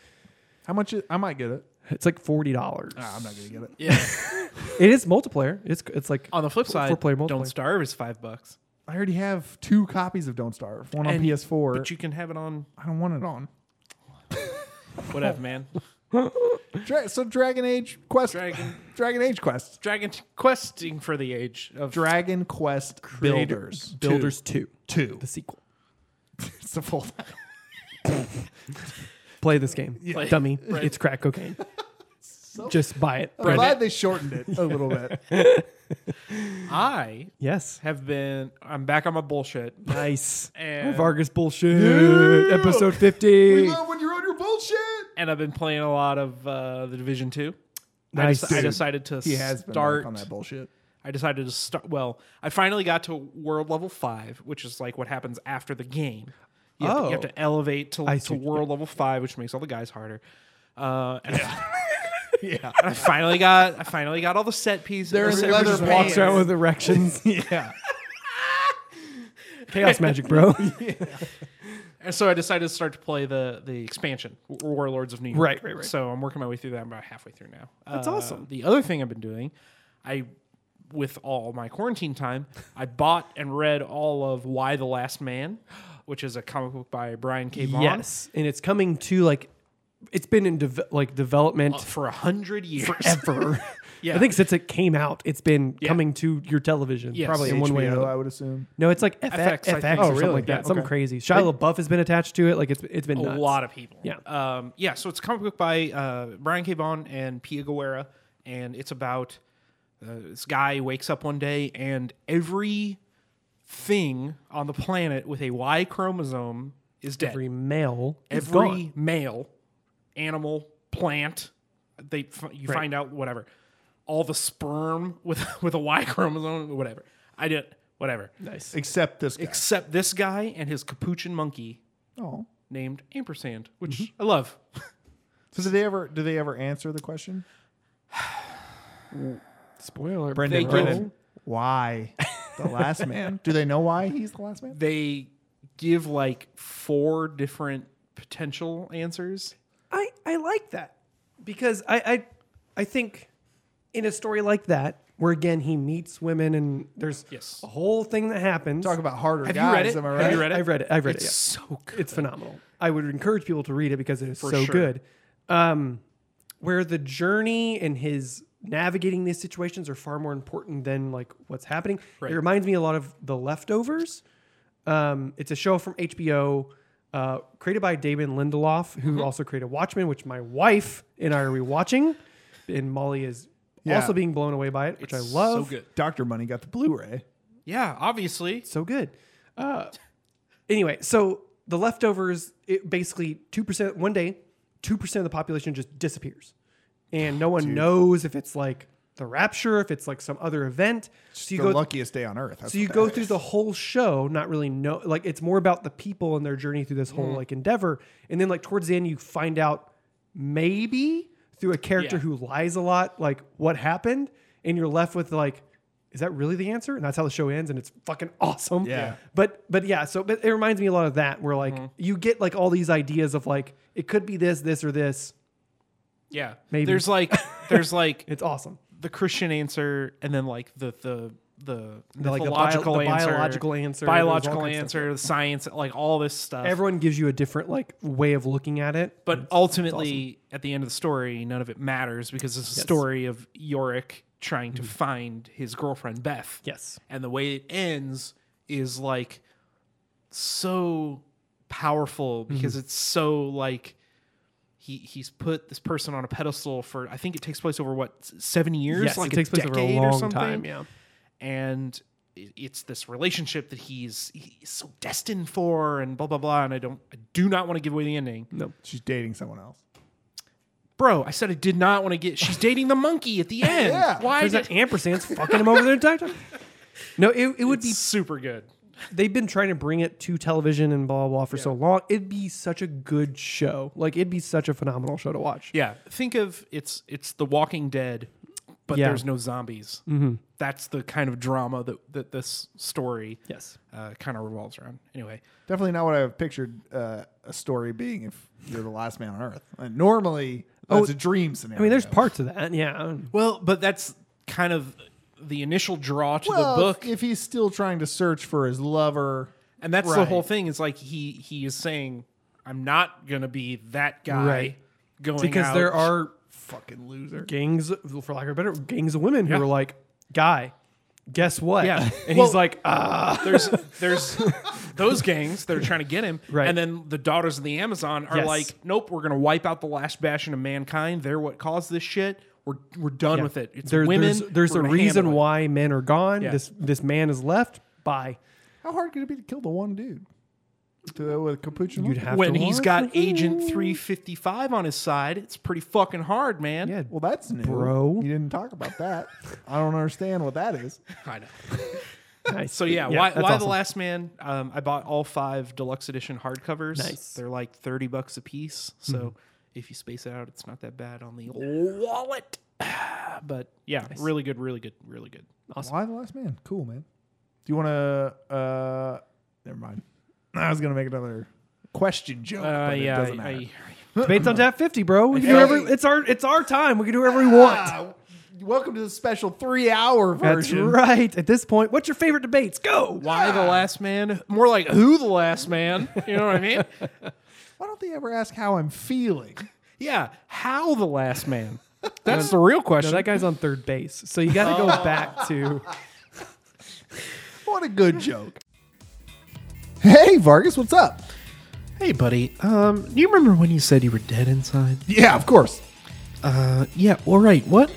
[SPEAKER 3] How much? Is, I might get it.
[SPEAKER 2] It's like forty dollars.
[SPEAKER 3] Ah, I'm not gonna get it.
[SPEAKER 1] Yeah.
[SPEAKER 2] It is multiplayer. It's it's like
[SPEAKER 1] On the flip
[SPEAKER 2] Four-
[SPEAKER 1] side,
[SPEAKER 2] four-player
[SPEAKER 1] Don't
[SPEAKER 2] multiplayer.
[SPEAKER 1] Starve is five bucks,
[SPEAKER 3] I already have two copies of Don't Starve. One on
[SPEAKER 1] And-
[SPEAKER 3] PS4.
[SPEAKER 1] but you can have it on
[SPEAKER 3] I don't want it on.
[SPEAKER 1] whatever, man.
[SPEAKER 3] Dra- so Dragon Age Quest.
[SPEAKER 1] Dragon-
[SPEAKER 3] Dragon Age Quest.
[SPEAKER 1] Dragon questing for the age of
[SPEAKER 3] Dragon Quest Builders.
[SPEAKER 2] Builders Two,
[SPEAKER 3] Two.
[SPEAKER 2] the sequel.
[SPEAKER 3] It's the full.
[SPEAKER 2] Play this game,
[SPEAKER 1] Play-
[SPEAKER 2] dummy. It's crack cocaine. Just buy it.
[SPEAKER 3] I'm glad they shortened it a little bit.
[SPEAKER 1] I
[SPEAKER 2] Yes.
[SPEAKER 1] have been. I'm back on my bullshit.
[SPEAKER 2] Nice. Oh,
[SPEAKER 1] And-
[SPEAKER 2] Vargas bullshit. Episode fifty.
[SPEAKER 3] when you're on your bullshit.
[SPEAKER 1] and I've been playing a lot of uh, the Division Two.
[SPEAKER 2] Nice,
[SPEAKER 1] I, dec- I
[SPEAKER 2] dude.
[SPEAKER 1] decided to
[SPEAKER 3] He has been
[SPEAKER 1] start.
[SPEAKER 3] back on that bullshit.
[SPEAKER 1] I decided to start. Well, I finally got to world level five, which is like what happens after the game. You, have, to, you have
[SPEAKER 2] Oh.
[SPEAKER 1] to elevate to,
[SPEAKER 2] I
[SPEAKER 1] to
[SPEAKER 2] see.
[SPEAKER 1] world level five, which makes all the guys harder. Uh, and I-
[SPEAKER 3] Yeah.
[SPEAKER 1] I finally got. I finally got all the set pieces.
[SPEAKER 3] They're
[SPEAKER 1] the
[SPEAKER 3] in
[SPEAKER 1] set-
[SPEAKER 3] leather
[SPEAKER 1] which is
[SPEAKER 3] pants.
[SPEAKER 2] Walks around with erections.
[SPEAKER 3] Yeah.
[SPEAKER 2] Chaos magic, bro.
[SPEAKER 1] And so I decided to start to play the the expansion, War- Warlords of New York.
[SPEAKER 2] Right, right, right.
[SPEAKER 1] So I'm working my way through that. I'm about halfway through now. Uh,
[SPEAKER 2] That's awesome.
[SPEAKER 1] The other thing I've been doing, I with all my quarantine time, I bought and read all of Why the Last Man, which is a comic book by Brian K. Vaughan.
[SPEAKER 2] Yes, and it's coming to like, it's been in deve- like development
[SPEAKER 1] For a hundred years.
[SPEAKER 2] forever.
[SPEAKER 1] Oh, Yeah.
[SPEAKER 2] I think since it came out, it's been
[SPEAKER 1] Yeah.
[SPEAKER 2] coming to your television
[SPEAKER 1] Yes.
[SPEAKER 2] probably in one way or
[SPEAKER 3] HBO,
[SPEAKER 2] another.
[SPEAKER 3] I would assume.
[SPEAKER 2] No, it's like FX,
[SPEAKER 1] FX,
[SPEAKER 2] FX,
[SPEAKER 1] I think.
[SPEAKER 2] or
[SPEAKER 1] Oh,
[SPEAKER 2] something
[SPEAKER 3] really?
[SPEAKER 2] like that.
[SPEAKER 3] Yeah,
[SPEAKER 2] something
[SPEAKER 3] okay.
[SPEAKER 2] crazy. Shia LaBeouf has been attached to it. Like it's it's been
[SPEAKER 1] a
[SPEAKER 2] nuts.
[SPEAKER 1] lot of people.
[SPEAKER 2] Yeah.
[SPEAKER 1] Um, yeah. So it's a comic book by uh, Brian K. Vaughan and Pia Guerra, and it's about uh, this guy wakes up one day and every thing on the planet with a Y chromosome is dead.
[SPEAKER 2] Every male, is
[SPEAKER 1] Every
[SPEAKER 2] gone.
[SPEAKER 1] male, animal, plant, they f- you find out whatever. All the sperm with with a Y chromosome, whatever. I did whatever.
[SPEAKER 2] nice.
[SPEAKER 3] Except this guy.
[SPEAKER 1] Except this guy and his capuchin monkey
[SPEAKER 3] oh.
[SPEAKER 1] named Ampersand, which
[SPEAKER 2] Mm-hmm.
[SPEAKER 1] I love.
[SPEAKER 3] So did they ever? Do they ever answer the question?
[SPEAKER 2] Spoiler,
[SPEAKER 1] Brendan
[SPEAKER 2] bro.
[SPEAKER 1] Brendan. Brennan.
[SPEAKER 3] Why the last man? Do they know why he's the last man?
[SPEAKER 1] they give like four different potential answers.
[SPEAKER 2] I I like that because I I I think in a story like that where again he meets women and there's
[SPEAKER 1] Yes.
[SPEAKER 2] a whole thing that happens.
[SPEAKER 3] Talk about harder
[SPEAKER 1] Have you read
[SPEAKER 3] guys.
[SPEAKER 1] it?
[SPEAKER 3] Am I
[SPEAKER 1] Have
[SPEAKER 3] right?
[SPEAKER 1] you read it?
[SPEAKER 2] I've read it. I've read
[SPEAKER 1] It's
[SPEAKER 2] it. yeah.
[SPEAKER 1] so good.
[SPEAKER 2] It's phenomenal. I would encourage people to read it because it is
[SPEAKER 1] For
[SPEAKER 2] so
[SPEAKER 1] sure.
[SPEAKER 2] good. Um, where the journey and his navigating these situations are far more important than like what's happening.
[SPEAKER 1] Right.
[SPEAKER 2] It reminds me a lot of The Leftovers. Um, it's a show from HBO. Uh, created by David Lindelof,
[SPEAKER 1] Mm-hmm.
[SPEAKER 2] who also created Watchmen, which my wife and I are rewatching, and Molly is
[SPEAKER 3] Yeah.
[SPEAKER 2] also being blown away by it, which
[SPEAKER 1] It's
[SPEAKER 2] I love.
[SPEAKER 1] So good.
[SPEAKER 3] Doctor Money got the Blu-ray.
[SPEAKER 1] Yeah, obviously.
[SPEAKER 2] so good. Uh, anyway, so the leftovers, it basically two percent one day, two percent of the population just disappears, and no one knows if it's like the rapture, if it's like some other event. So you
[SPEAKER 3] the
[SPEAKER 2] go,
[SPEAKER 3] luckiest day on earth. That's
[SPEAKER 2] so you
[SPEAKER 3] what
[SPEAKER 2] go
[SPEAKER 3] that
[SPEAKER 2] through
[SPEAKER 3] is.
[SPEAKER 2] the whole show, not really know. Like it's more about the people and their journey through this whole like endeavor, and then like towards the end, you find out maybe through a character
[SPEAKER 1] Yeah.
[SPEAKER 2] who lies a lot, like what happened, and you're left with like. Is that really the answer? And that's how the show ends, and it's fucking awesome.
[SPEAKER 3] Yeah.
[SPEAKER 2] But but yeah, so but it reminds me a lot of that where like you get like all these ideas of like it could be this, this, or this.
[SPEAKER 1] Yeah.
[SPEAKER 2] Maybe.
[SPEAKER 1] There's like there's like
[SPEAKER 2] It's awesome.
[SPEAKER 1] the Christian answer and then like the the the,
[SPEAKER 2] like, the bio-
[SPEAKER 1] mythological
[SPEAKER 2] the
[SPEAKER 1] answer,
[SPEAKER 2] biological answer, there's all
[SPEAKER 1] biological
[SPEAKER 2] kinds of
[SPEAKER 1] answer, the science, like all this stuff.
[SPEAKER 2] Everyone gives you a different like way of looking at it.
[SPEAKER 1] but ultimately, at the end of the story, none of it matters because it's a story of Yorick trying
[SPEAKER 2] Mm-hmm.
[SPEAKER 1] to find his girlfriend Beth.
[SPEAKER 2] Yes.
[SPEAKER 1] and the way it ends is like so powerful
[SPEAKER 2] Mm-hmm.
[SPEAKER 1] because it's so like he he's put this person on a pedestal for I think it takes place over what s- seven years
[SPEAKER 2] Yes,
[SPEAKER 1] like
[SPEAKER 2] it takes
[SPEAKER 1] a
[SPEAKER 2] place over a
[SPEAKER 1] decade or
[SPEAKER 2] long
[SPEAKER 1] something
[SPEAKER 2] time. Yeah.
[SPEAKER 1] and i- it's this relationship that he's he's so destined for and blah blah blah and I don't I do not want to give away the ending
[SPEAKER 2] No.
[SPEAKER 3] She's dating someone else.
[SPEAKER 1] bro I said I did not want to get she's dating the monkey at the end
[SPEAKER 3] Yeah.
[SPEAKER 1] why
[SPEAKER 2] There's
[SPEAKER 1] is
[SPEAKER 2] that
[SPEAKER 1] it
[SPEAKER 2] ampersand's fucking him over their entire time. No, it, it would be
[SPEAKER 1] super good
[SPEAKER 2] they've been trying to bring it to television and blah blah, blah for so long. It'd be such a good show. Like it'd be such a phenomenal show to watch.
[SPEAKER 1] Yeah, think of it's it's The Walking Dead but
[SPEAKER 2] Yeah.
[SPEAKER 1] there's no zombies. Mm-hmm. That's the kind of drama that, that this story
[SPEAKER 2] Yes.
[SPEAKER 1] uh, kind of revolves around. Anyway,
[SPEAKER 3] Definitely not what I have pictured uh, a story being if you're the last man on Earth. And normally, that's a dream scenario.
[SPEAKER 2] Oh, I mean, there's parts of that. Yeah.
[SPEAKER 1] well, but that's kind of the initial draw to
[SPEAKER 3] well,
[SPEAKER 1] the book,
[SPEAKER 3] If he's still trying to search for his lover,
[SPEAKER 1] and that's the
[SPEAKER 3] Right.
[SPEAKER 1] whole thing. Is like he he is saying, "I'm not gonna be that guy
[SPEAKER 2] Right.
[SPEAKER 1] going
[SPEAKER 2] Because
[SPEAKER 1] out."
[SPEAKER 2] there are
[SPEAKER 3] fucking loser.
[SPEAKER 2] gangs, for lack of a better, gangs of women
[SPEAKER 1] Yeah.
[SPEAKER 2] who are like, guy, guess what?
[SPEAKER 1] Yeah.
[SPEAKER 2] And
[SPEAKER 1] Well-
[SPEAKER 2] he's like, ah.
[SPEAKER 1] there's there's those gangs that are trying to get him,
[SPEAKER 2] Right.
[SPEAKER 1] and then the daughters of the Amazon are
[SPEAKER 2] Yes.
[SPEAKER 1] like, "Nope, we're gonna wipe out the last bastion of mankind. They're what caused this shit. We're we're done with it. It's
[SPEAKER 2] There-
[SPEAKER 1] women.
[SPEAKER 2] There's, there's
[SPEAKER 1] We're
[SPEAKER 2] a
[SPEAKER 1] gonna handle
[SPEAKER 2] reason
[SPEAKER 1] it."
[SPEAKER 2] why men are gone.
[SPEAKER 1] Yeah.
[SPEAKER 2] This this man is left. Bye.
[SPEAKER 3] How hard could it be to kill the one dude? To, uh, with Capuchin?
[SPEAKER 2] You'd have
[SPEAKER 1] when
[SPEAKER 2] to
[SPEAKER 1] he's
[SPEAKER 2] work
[SPEAKER 1] got
[SPEAKER 2] for
[SPEAKER 1] Agent
[SPEAKER 2] him.
[SPEAKER 1] 355 on his side, it's pretty fucking hard, man.
[SPEAKER 2] Yeah.
[SPEAKER 3] Well, that's new.
[SPEAKER 2] Bro.
[SPEAKER 3] You didn't talk about that. I don't understand what that is.
[SPEAKER 1] I know.
[SPEAKER 2] Nice.
[SPEAKER 1] So yeah, why,
[SPEAKER 2] that's
[SPEAKER 1] why the
[SPEAKER 2] awesome.
[SPEAKER 1] last man? Um, I bought all five deluxe edition hardcovers.
[SPEAKER 2] Nice.
[SPEAKER 1] They're like thirty bucks a piece. So if you space it out, it's not that bad on the old wallet. But yeah, really good, really good, really good.
[SPEAKER 3] Why the last man? Cool, man. Do you want to? Uh, never mind. I was gonna make another question joke, but
[SPEAKER 1] uh,
[SPEAKER 3] it doesn't matter.
[SPEAKER 2] Debates on tap fifty, bro. We can do
[SPEAKER 3] Hey.
[SPEAKER 2] whatever, it's our it's our time. We can do whatever we want.
[SPEAKER 3] Ah, welcome to the special three-hour
[SPEAKER 2] That's
[SPEAKER 3] version.
[SPEAKER 2] right. At this point, what's your favorite debates? Go.
[SPEAKER 1] why the last man? More like who the last man? You know what I mean?
[SPEAKER 3] Why don't they ever ask how I'm feeling?
[SPEAKER 1] yeah, how the last man? That's the real
[SPEAKER 2] No,
[SPEAKER 1] question. Oh.
[SPEAKER 2] that guy's on third base, so you got to go back to.
[SPEAKER 3] What a good joke. Hey Vargas, what's up?
[SPEAKER 1] hey, buddy. Um, do you remember when you said you were dead inside?
[SPEAKER 3] Yeah, of course.
[SPEAKER 1] Uh, yeah. All right. What?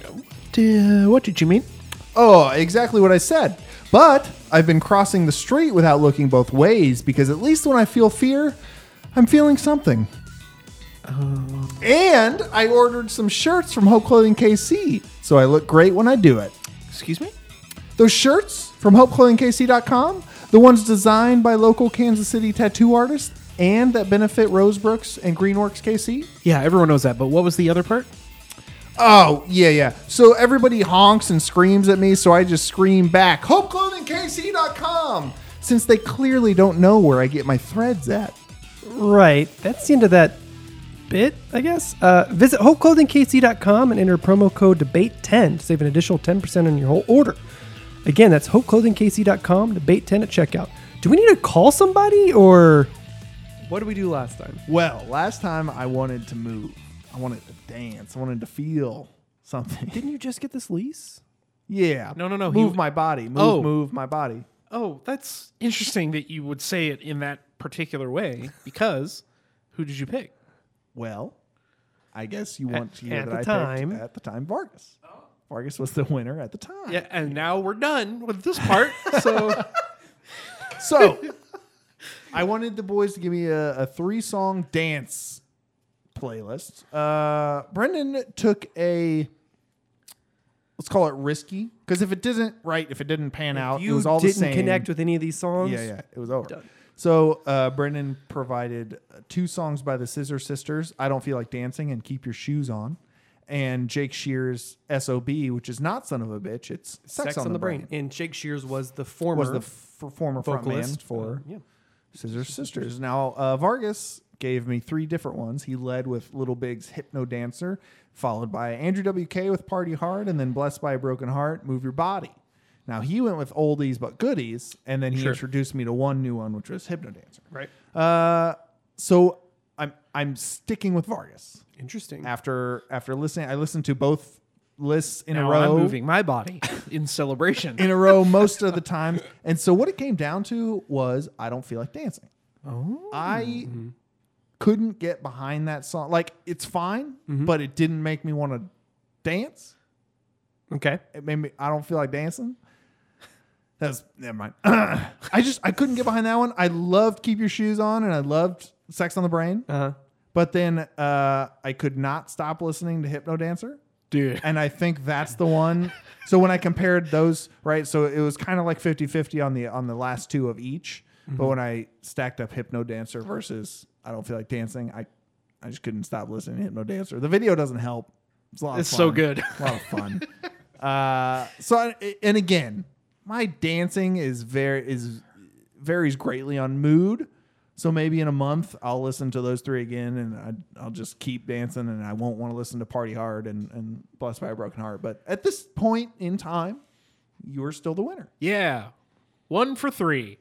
[SPEAKER 1] Uh, what did you mean?
[SPEAKER 3] Oh, exactly what I said. But I've been crossing the street without looking both ways because at least when I feel fear, I'm feeling something. Um, And I ordered some shirts from Hope Clothing KC, so I look great when I do it.
[SPEAKER 1] Excuse me.
[SPEAKER 3] Those shirts from HopeClothingKC.com, the ones designed by local Kansas City tattoo artists and that benefit Rosebrooks and Greenworks KC,
[SPEAKER 1] Yeah, everyone knows that. But what was the other part?
[SPEAKER 3] Oh, yeah, yeah. So everybody honks and screams at me, so I just scream back, HopeClothingKC.com, since they clearly don't know where I get my threads at.
[SPEAKER 2] Right. That's the end of that bit, I guess. Uh, visit hopeclothingkc.com and enter promo code debate10 to save an additional 10% on your whole order. Again, that's hopeclothingkc.com, debate10 at checkout. Do we need to call somebody or what did we do last time?
[SPEAKER 3] Well, last time I wanted to move. I wanted to dance. I wanted to feel something.
[SPEAKER 2] Didn't you just get this lease?
[SPEAKER 3] yeah.
[SPEAKER 1] No, no, no, he-
[SPEAKER 3] Move my body. Move,
[SPEAKER 1] Oh.
[SPEAKER 3] move my body.
[SPEAKER 1] Oh, that's interesting that you would say it in that particular way because who did you pick?
[SPEAKER 3] Well, I guess you want to hear
[SPEAKER 2] at
[SPEAKER 3] that
[SPEAKER 2] the
[SPEAKER 3] I
[SPEAKER 2] time.
[SPEAKER 3] picked at the time Vargas. Vargas was the winner at the time.
[SPEAKER 1] Yeah, and now we're done with this part. So
[SPEAKER 3] So I wanted the boys to give me a, a three song dance playlist. Uh, Brendan took a let's call it risky because if it didn't right, if it didn't pan out,
[SPEAKER 2] You
[SPEAKER 3] it was all
[SPEAKER 2] didn't
[SPEAKER 3] the same.
[SPEAKER 2] connect with any of these songs?
[SPEAKER 3] yeah, yeah, it was over. So uh, Brendan provided uh, two songs by the Scissor Sisters, "I Don't Feel Like Dancing" and "Keep Your Shoes On." And Jake Shear's SOB, which is not Son of a Bitch, it's Sex, on, the Brain.
[SPEAKER 2] And Jake Shears was the former
[SPEAKER 3] Was the f- former
[SPEAKER 2] vocalist
[SPEAKER 3] frontman for
[SPEAKER 2] yeah.
[SPEAKER 3] Scissor Sisters. Now, uh, Vargas gave me three different ones. He led with Little Big's Hypno Dancer, followed by Andrew W.K. with Party Hard, and then Blessed by a Broken Heart, Move Your Body. Now, he went with oldies but goodies, and then he introduced me to one new one, which was Hypno Dancer.
[SPEAKER 2] Right.
[SPEAKER 3] Uh, so I'm, I'm sticking with Vargas.
[SPEAKER 2] Interesting.
[SPEAKER 3] After, after listening, I listened to both lists in a
[SPEAKER 1] now
[SPEAKER 3] row
[SPEAKER 1] I'm moving my body in celebration.
[SPEAKER 3] in a row most of the time. And so what it came down to was I don't feel like dancing. Oh. I couldn't get behind that song. Like it's fine, but it didn't make me want to dance.
[SPEAKER 2] Okay.
[SPEAKER 3] It made me I don't feel like dancing. That's never mind. I just I couldn't get behind that one. I loved Keep Your Shoes On and I loved Sex on the Brain.
[SPEAKER 2] Uh-huh.
[SPEAKER 3] But then uh, I could not stop listening to Hypno Dancer
[SPEAKER 1] Dude.
[SPEAKER 3] and I think that's the one. So when I compared those, right? So it was kind of like 50-50 on the on the last two of each. But when I stacked up Hypno Dancer versus I don't feel like dancing, I I just couldn't stop listening to Hypno Dancer. The video doesn't help. It's a lot.
[SPEAKER 1] It's
[SPEAKER 3] of fun.
[SPEAKER 1] so good.
[SPEAKER 3] A lot of fun. Uh, so I, and again, my dancing is very is varies greatly on mood. So maybe in a month I'll listen to those three again, and I, I'll just keep dancing, and I won't want to listen to Party Hard and and Blessed by a Broken Heart. But at this point in time, you are still the winner.
[SPEAKER 1] Yeah. One for three.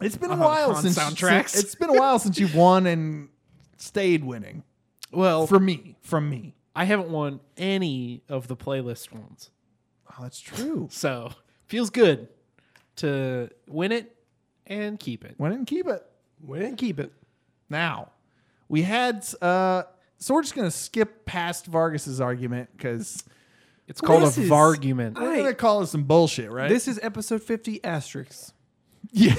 [SPEAKER 3] It's been a
[SPEAKER 1] Uh,
[SPEAKER 3] while
[SPEAKER 1] on
[SPEAKER 3] since
[SPEAKER 1] soundtracks.
[SPEAKER 3] It's been a while since you've won and stayed winning.
[SPEAKER 1] Well,
[SPEAKER 3] For me, from me.
[SPEAKER 1] I haven't won any of the playlist ones.
[SPEAKER 3] Oh, that's true.
[SPEAKER 1] So feels good to win it and keep it.
[SPEAKER 3] Why didn't keep it?
[SPEAKER 2] We didn't keep it.
[SPEAKER 3] Now, we had. Uh, so we're just gonna skip past Vargas's argument because
[SPEAKER 1] It's called
[SPEAKER 2] This
[SPEAKER 1] a
[SPEAKER 2] is-
[SPEAKER 1] vargument.
[SPEAKER 3] we're
[SPEAKER 2] Right.
[SPEAKER 3] gonna call it some bullshit, right?
[SPEAKER 2] This is episode 50 asterisks.
[SPEAKER 3] yeah,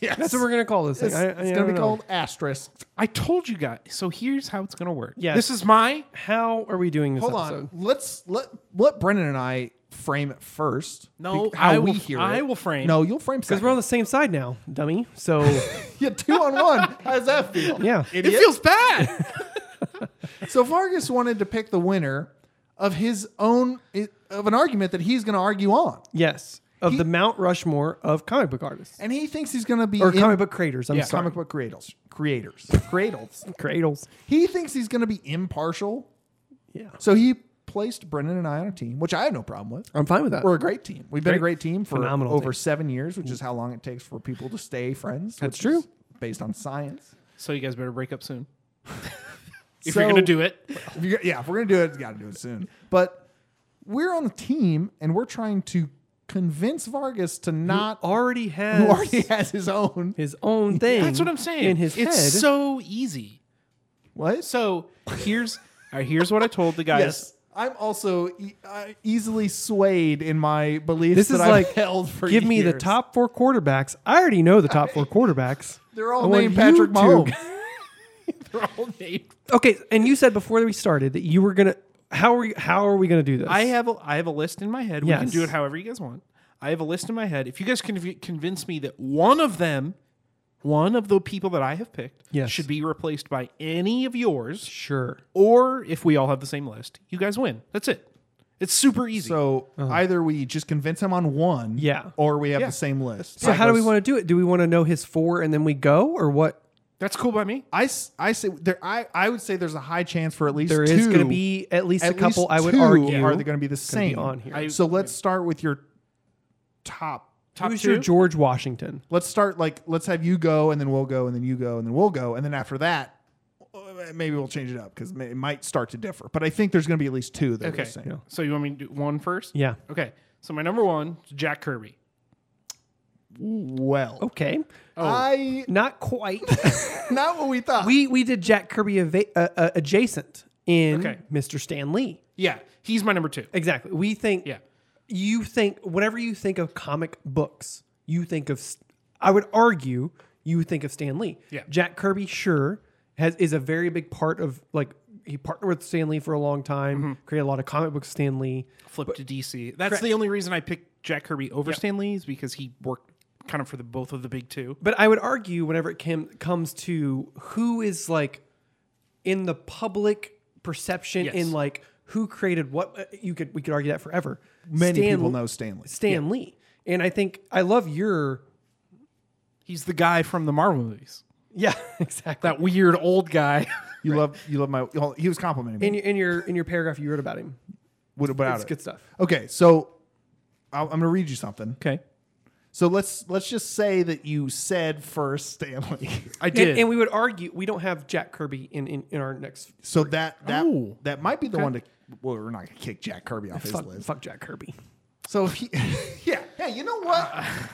[SPEAKER 3] yes.
[SPEAKER 2] That's what we're going to call this thing.
[SPEAKER 3] It's,
[SPEAKER 2] I- I-
[SPEAKER 3] it's
[SPEAKER 2] I
[SPEAKER 3] gonna
[SPEAKER 2] don't
[SPEAKER 3] be
[SPEAKER 2] know.
[SPEAKER 3] called asterisk.
[SPEAKER 1] I told you guys. So here's how it's going to work.
[SPEAKER 2] Yes.
[SPEAKER 1] This is my.
[SPEAKER 2] How are we doing this
[SPEAKER 3] Hold
[SPEAKER 2] episode?
[SPEAKER 3] on. Let's let let Brennan and I frame it first.
[SPEAKER 1] No,
[SPEAKER 3] bec- how
[SPEAKER 1] I
[SPEAKER 3] we
[SPEAKER 1] will-
[SPEAKER 3] hear
[SPEAKER 1] I
[SPEAKER 3] it.
[SPEAKER 1] will frame.
[SPEAKER 3] No, you'll frame
[SPEAKER 2] Because
[SPEAKER 3] second.
[SPEAKER 2] we're on the same side now, dummy. So,
[SPEAKER 3] yeah, two on one. How does that feel?
[SPEAKER 2] yeah.
[SPEAKER 1] It
[SPEAKER 3] Idiot.
[SPEAKER 1] feels bad.
[SPEAKER 3] So Vargas wanted to pick the winner of his own of an argument that he's going to argue on,
[SPEAKER 2] Yes. Of
[SPEAKER 3] He-
[SPEAKER 2] the Mount Rushmore of comic book artists.
[SPEAKER 3] and he thinks he's going to be
[SPEAKER 2] Or
[SPEAKER 3] in-
[SPEAKER 2] comic book creators. I'm
[SPEAKER 1] Yeah.
[SPEAKER 2] sorry.
[SPEAKER 3] comic book creators, creators, cradles.
[SPEAKER 2] Cradles.
[SPEAKER 3] He thinks he's going to be impartial,
[SPEAKER 2] Yeah.
[SPEAKER 3] so he placed Brendan and I on a team, which I have no problem with.
[SPEAKER 1] Um,
[SPEAKER 2] I'm fine with
[SPEAKER 1] uh,
[SPEAKER 2] that.
[SPEAKER 3] We're a great team. We've been a great team for
[SPEAKER 2] Phenomenal
[SPEAKER 3] over
[SPEAKER 2] team.
[SPEAKER 3] seven years, which is how long it takes for people to stay friends.
[SPEAKER 2] That's
[SPEAKER 3] which is
[SPEAKER 2] true.
[SPEAKER 3] based on science.
[SPEAKER 1] so you guys better break up soon. if
[SPEAKER 3] So-
[SPEAKER 1] you're going to do it.
[SPEAKER 3] If you're- yeah, if we're gonna do it, gotta do it soon. But we're on a team, and we're trying to convince Vargas to not.
[SPEAKER 2] already has
[SPEAKER 3] Who already has his own.
[SPEAKER 2] his own thing.
[SPEAKER 1] That's what I'm saying.
[SPEAKER 2] In his
[SPEAKER 1] it's
[SPEAKER 2] head.
[SPEAKER 1] so easy.
[SPEAKER 3] What?
[SPEAKER 1] So here's all right, here's what I told the guys.
[SPEAKER 3] I'm also e- I easily swayed in my beliefs.
[SPEAKER 2] this
[SPEAKER 3] that
[SPEAKER 2] is
[SPEAKER 3] I've
[SPEAKER 2] like
[SPEAKER 3] held for
[SPEAKER 2] give me the
[SPEAKER 3] years.
[SPEAKER 2] top four quarterbacks. I already know the top four quarterbacks.
[SPEAKER 3] They're
[SPEAKER 2] I
[SPEAKER 3] all
[SPEAKER 2] want
[SPEAKER 3] named
[SPEAKER 2] you
[SPEAKER 3] Patrick
[SPEAKER 2] to-
[SPEAKER 3] Mahomes.
[SPEAKER 1] They're all named.
[SPEAKER 2] Okay, and you said before we started that you were gonna. How are you, how are we gonna do this?
[SPEAKER 1] I have a, I have a list in my head. We can
[SPEAKER 2] Yes.
[SPEAKER 1] do it however you guys want. I have a list in my head. If you guys can conv- convince me that one of them, one of the people that I have picked,
[SPEAKER 2] Yes.
[SPEAKER 1] should be replaced by any of yours,
[SPEAKER 2] sure.
[SPEAKER 1] or if we all have the same list, you guys win. That's it. It's super easy.
[SPEAKER 3] So either we just convince him on one,
[SPEAKER 2] Uh-huh. Yeah.
[SPEAKER 3] or we have the same list.
[SPEAKER 2] So how do we want to do it? Do we want to know his four and then we go, or what?
[SPEAKER 1] That's cool by me.
[SPEAKER 3] I, s- I say there. I, I would say there's a high chance for at least
[SPEAKER 2] There
[SPEAKER 3] two,
[SPEAKER 2] is going to be at least
[SPEAKER 3] at
[SPEAKER 2] a couple.
[SPEAKER 3] least
[SPEAKER 2] I would
[SPEAKER 3] two
[SPEAKER 2] argue
[SPEAKER 3] are they going to be the
[SPEAKER 2] gonna
[SPEAKER 3] same
[SPEAKER 2] be on here.
[SPEAKER 1] I-
[SPEAKER 3] So let's start with your top.
[SPEAKER 1] Top
[SPEAKER 2] Who's
[SPEAKER 1] two.
[SPEAKER 2] your George Washington?
[SPEAKER 3] Let's start like let's have you go, and then we'll go, and then you go, and then we'll go, and then after that, uh, maybe we'll change it up because it might start to differ. But I think there's going to be at least two that are
[SPEAKER 1] okay.
[SPEAKER 3] the same.
[SPEAKER 1] So you want me to do one first?
[SPEAKER 2] Yeah.
[SPEAKER 1] Okay. So my number one, is Jack Kirby.
[SPEAKER 3] Well,
[SPEAKER 2] Okay.
[SPEAKER 3] I
[SPEAKER 2] Not quite.
[SPEAKER 3] not what we thought.
[SPEAKER 2] we we did Jack Kirby ava- uh, uh, adjacent in
[SPEAKER 1] Okay.
[SPEAKER 2] Mr. Stan Lee.
[SPEAKER 1] Yeah, he's my number two.
[SPEAKER 2] Exactly. We think.
[SPEAKER 1] Yeah.
[SPEAKER 2] You think whenever you think of comic books, you think of. S- I would argue you think of Stan Lee.
[SPEAKER 1] Yeah.
[SPEAKER 2] Jack Kirby sure has is a very big part of like he partnered with Stan Lee for a long time,
[SPEAKER 1] Mm-hmm.
[SPEAKER 2] created a lot of comic books. Stan Lee.
[SPEAKER 1] flip to DC. That's the only reason I picked Jack Kirby over Stan Lee is because he worked kind of for the both of the big two.
[SPEAKER 2] But I would argue whenever it came, comes to who is like in the public perception
[SPEAKER 1] Yes.
[SPEAKER 2] in like who created what uh, you could we could argue that forever.
[SPEAKER 3] Many
[SPEAKER 2] Stan-
[SPEAKER 3] people know Stanley.
[SPEAKER 2] Stan Lee. And I think I love your
[SPEAKER 1] He's the guy from the Marvel movies.
[SPEAKER 2] yeah, exactly.
[SPEAKER 1] That weird old guy.
[SPEAKER 3] You love you love my. oh, He was complimenting me.
[SPEAKER 2] in your in your in your paragraph you wrote about him.
[SPEAKER 3] What about
[SPEAKER 2] It's
[SPEAKER 3] it?
[SPEAKER 2] good stuff.
[SPEAKER 3] Okay, so I'll, I'm going to read you something.
[SPEAKER 1] okay.
[SPEAKER 3] So let's let's just say that you said first Stanley.
[SPEAKER 1] I did.
[SPEAKER 2] And, and we would argue we don't have Jack Kirby in in, in our next
[SPEAKER 3] So that that
[SPEAKER 1] Oh.
[SPEAKER 3] that might be the one to. Well, we're not going to kick Jack Kirby off his
[SPEAKER 2] fuck,
[SPEAKER 3] list.
[SPEAKER 2] fuck Jack Kirby.
[SPEAKER 3] So if he, yeah, hey, you know what?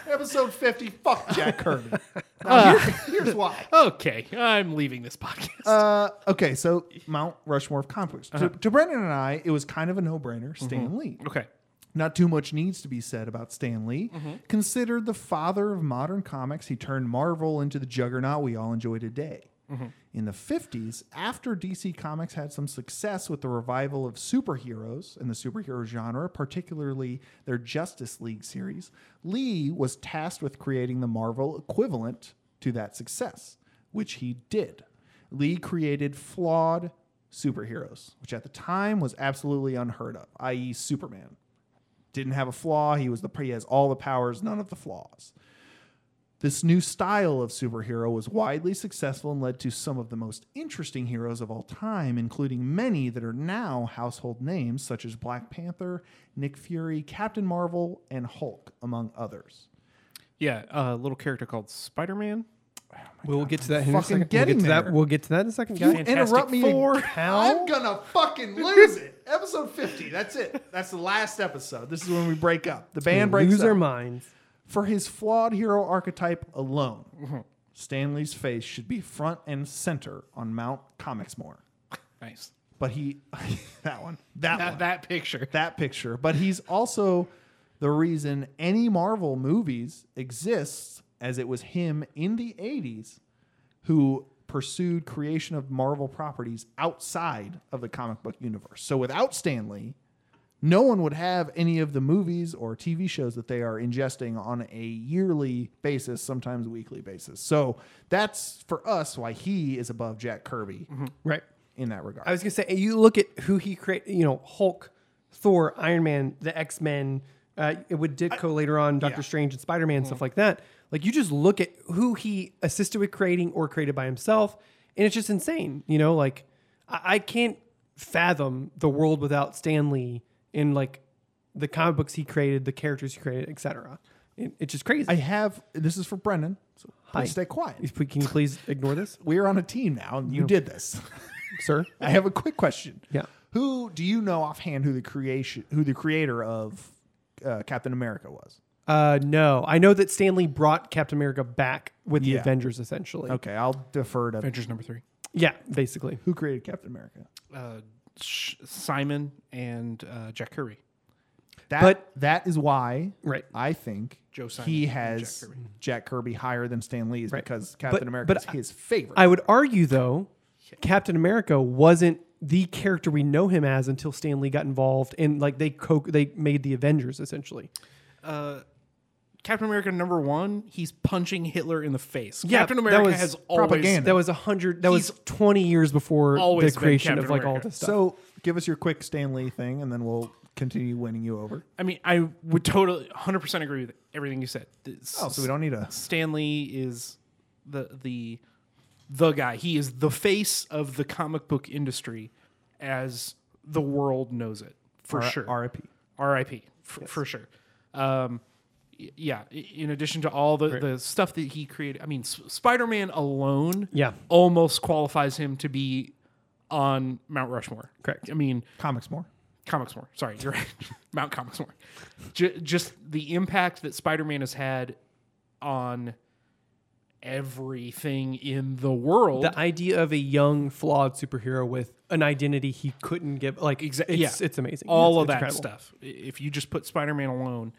[SPEAKER 3] Episode fifty. Fuck Jack Kirby. Now, here- here's why.
[SPEAKER 1] okay, I'm leaving this podcast.
[SPEAKER 3] Uh, okay, so Mount Rushmore of Conquest. To, to Brendan and I, it was kind of a no-brainer. Stan Lee.
[SPEAKER 1] okay.
[SPEAKER 3] Not too much needs to be said about Stan Lee. Considered the father of modern comics, he turned Marvel into the juggernaut we all enjoy today. In the 50s, after DC Comics had some success with the revival of superheroes and the superhero genre, particularly their Justice League series, Lee was tasked with creating the Marvel equivalent to that success, which he did. Lee created flawed superheroes, which at the time was absolutely unheard of, i.e., e. Superman. Didn't have a flaw. He was the he has all the powers, none of the flaws. This new style of superhero was widely successful and led to some of the most interesting heroes of all time, including many that are now household names, such as Black Panther, Nick Fury, Captain Marvel, and Hulk, among others.
[SPEAKER 1] Yeah, a little character called Spider Man.
[SPEAKER 2] We'll get to that in a
[SPEAKER 3] fucking
[SPEAKER 2] second. We'll
[SPEAKER 3] getting
[SPEAKER 2] get to
[SPEAKER 3] there.
[SPEAKER 2] that. We'll get to that in a second,
[SPEAKER 3] You
[SPEAKER 2] guys.
[SPEAKER 1] Fantastic
[SPEAKER 3] interrupt me
[SPEAKER 1] Four.
[SPEAKER 3] ag- I'm gonna fucking lose it. Episode 50. That's it. That's the last episode. This is when we break up. The band breaks
[SPEAKER 2] lose
[SPEAKER 3] up
[SPEAKER 2] our minds.
[SPEAKER 3] for his flawed hero archetype alone, Stanley's face should be front and center on Mount Comicsmore.
[SPEAKER 1] Nice.
[SPEAKER 3] But he, that one, that,
[SPEAKER 1] That,
[SPEAKER 3] one,
[SPEAKER 1] that picture.
[SPEAKER 3] that picture. But he's also the reason any Marvel movies exists, as it was him in the '80s who pursued creation of Marvel properties outside of the comic book universe. So without Stanley, no one would have any of the movies or TV shows that they are ingesting on a yearly basis, sometimes weekly basis. So that's for us why he is above Jack Kirby
[SPEAKER 2] Right.
[SPEAKER 3] in that regard.
[SPEAKER 2] I was gonna say you look at who he created. You know, Hulk, Thor, Iron Man, the X Men. Uh, with Ditko later on, Doctor Strange and Spider Man,
[SPEAKER 3] Mm.
[SPEAKER 2] stuff like that. Like you just look at who he assisted with creating or created by himself, and it's just insane. You know, like I, I can't fathom the world without Stan Lee and like the comic books he created, the characters he created, etc. It, it's just crazy.
[SPEAKER 3] I have this is for Brendan. So please
[SPEAKER 2] Hi.
[SPEAKER 3] stay quiet.
[SPEAKER 2] Can you please ignore this,
[SPEAKER 3] We're on a team now, and you did this.
[SPEAKER 2] sir?
[SPEAKER 3] I have a quick question.
[SPEAKER 2] Yeah.
[SPEAKER 3] Who do you know offhand who the creation who the creator of uh, Captain America was?
[SPEAKER 2] Uh, no, I know that Stanley brought Captain America back with the
[SPEAKER 3] Yeah.
[SPEAKER 2] Avengers, essentially.
[SPEAKER 3] Okay, I'll defer to
[SPEAKER 1] Avengers number three.
[SPEAKER 2] Yeah, basically.
[SPEAKER 3] who created Captain America.
[SPEAKER 1] Uh, Sh- Simon and uh, Jack Kirby.
[SPEAKER 3] That
[SPEAKER 2] But-
[SPEAKER 3] that is why
[SPEAKER 2] Right.
[SPEAKER 3] I think
[SPEAKER 1] Joe Simon
[SPEAKER 3] he
[SPEAKER 1] and
[SPEAKER 3] has
[SPEAKER 1] Jack
[SPEAKER 3] Jack Kirby.
[SPEAKER 1] Kirby.
[SPEAKER 3] higher than Stan Lee is because Captain
[SPEAKER 2] But-
[SPEAKER 3] America
[SPEAKER 2] but
[SPEAKER 3] is his favorite.
[SPEAKER 2] I would argue, though, Captain America wasn't the character we know him as until Stan Lee got involved and like they co- they made the Avengers essentially.
[SPEAKER 1] Captain America number one. He's punching Hitler in the face.
[SPEAKER 2] Yeah,
[SPEAKER 1] Captain
[SPEAKER 2] that
[SPEAKER 1] America
[SPEAKER 2] was
[SPEAKER 1] has always
[SPEAKER 3] propaganda.
[SPEAKER 2] That was a hundred. That was
[SPEAKER 1] He's
[SPEAKER 2] twenty years before the
[SPEAKER 1] always been
[SPEAKER 2] creation of
[SPEAKER 1] Captain
[SPEAKER 2] like all
[SPEAKER 1] America.
[SPEAKER 2] this stuff.
[SPEAKER 3] so give us your quick Stan Lee thing, and then we'll continue winning you over.
[SPEAKER 1] I mean, I would totally 100% agree with everything you said. This-
[SPEAKER 3] Oh, so we don't need a
[SPEAKER 1] Stanley is the the the guy. He is the face of the comic book industry as the world knows it for
[SPEAKER 3] R-
[SPEAKER 1] sure.
[SPEAKER 3] RIP.
[SPEAKER 1] R.I.P. For, for sure. Um, y- yeah. i- In addition to all the, the stuff that he created, I mean, S- Spider-Man alone,
[SPEAKER 2] Yeah.
[SPEAKER 1] almost qualifies him to be on Mount Rushmore.
[SPEAKER 2] Correct.
[SPEAKER 1] I mean,
[SPEAKER 3] Comics more.
[SPEAKER 1] Comicsmore. Sorry, you're right. Mount Comicsmore. J- just the impact that Spider-Man has had on everything in the world.
[SPEAKER 2] the idea of a young flawed superhero with an identity he couldn't give like
[SPEAKER 1] Exactly.
[SPEAKER 2] it's, it's amazing
[SPEAKER 1] All
[SPEAKER 2] It's-
[SPEAKER 1] of
[SPEAKER 2] it's
[SPEAKER 1] that
[SPEAKER 2] incredible.
[SPEAKER 1] stuff. I- If you just put Spider-Man alone,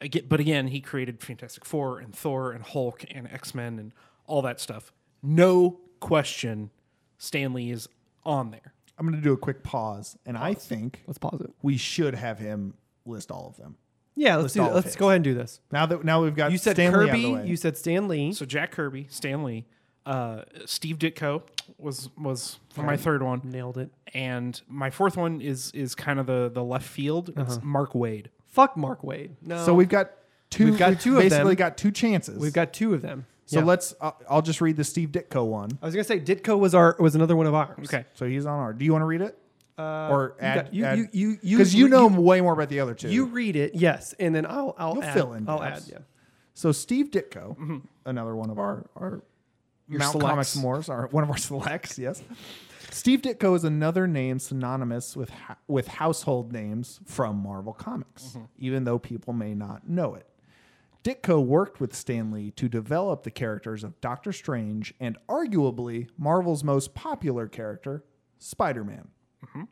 [SPEAKER 1] again, but again, he created Fantastic Four and Thor and Hulk and X-Men and all that stuff. No question, Stanley is on there.
[SPEAKER 3] I'm going to do a quick pause, and I think
[SPEAKER 2] let's pause it
[SPEAKER 3] we should have him list all of them.
[SPEAKER 2] yeah let's do
[SPEAKER 3] all
[SPEAKER 2] that.
[SPEAKER 3] of
[SPEAKER 2] let's
[SPEAKER 3] his.
[SPEAKER 2] go ahead and do this
[SPEAKER 3] Now that now we've got
[SPEAKER 2] you said
[SPEAKER 3] Stan Lee out of
[SPEAKER 2] Kirby
[SPEAKER 3] the way.
[SPEAKER 2] you said Stan Lee
[SPEAKER 1] So Jack Kirby, Stanley, uh, Steve Ditko was was for my third one.
[SPEAKER 2] nailed it
[SPEAKER 1] and my fourth one is is kind of the the left field. It's Mark Wade.
[SPEAKER 2] fuck Mark Wade no
[SPEAKER 3] so we've got 2
[SPEAKER 2] We've got two of
[SPEAKER 3] basically
[SPEAKER 2] them.
[SPEAKER 3] got two chances.
[SPEAKER 2] We've got two of them.
[SPEAKER 3] so
[SPEAKER 2] Yeah.
[SPEAKER 3] let's. I'll I'll just read the Steve Ditko one.
[SPEAKER 2] I was gonna say Ditko was our was another one of ours.
[SPEAKER 1] Okay.
[SPEAKER 3] So he's on our. Do you want to read it? Uh, or add,
[SPEAKER 2] got- you-
[SPEAKER 3] add-
[SPEAKER 2] you- you- you-
[SPEAKER 3] because you,
[SPEAKER 2] you-
[SPEAKER 3] know way more about the other two.
[SPEAKER 2] You read it, yes, and then I'll I'll
[SPEAKER 3] You'll
[SPEAKER 2] add,
[SPEAKER 3] fill in
[SPEAKER 2] I'll
[SPEAKER 3] gaps.
[SPEAKER 2] add.
[SPEAKER 3] so Steve Ditko,
[SPEAKER 2] Mm-hmm.
[SPEAKER 3] another one of our our Mount
[SPEAKER 1] selects.
[SPEAKER 3] Comics Moors, our one of our selects. Yes, Steve Ditko is another name synonymous with ho- with household names from Marvel Comics,
[SPEAKER 2] Mm-hmm.
[SPEAKER 3] even though people may not know it. Ditko worked with Stanley to develop the characters of Doctor Strange and arguably Marvel's most popular character, Spider Man.
[SPEAKER 2] Mm-hmm.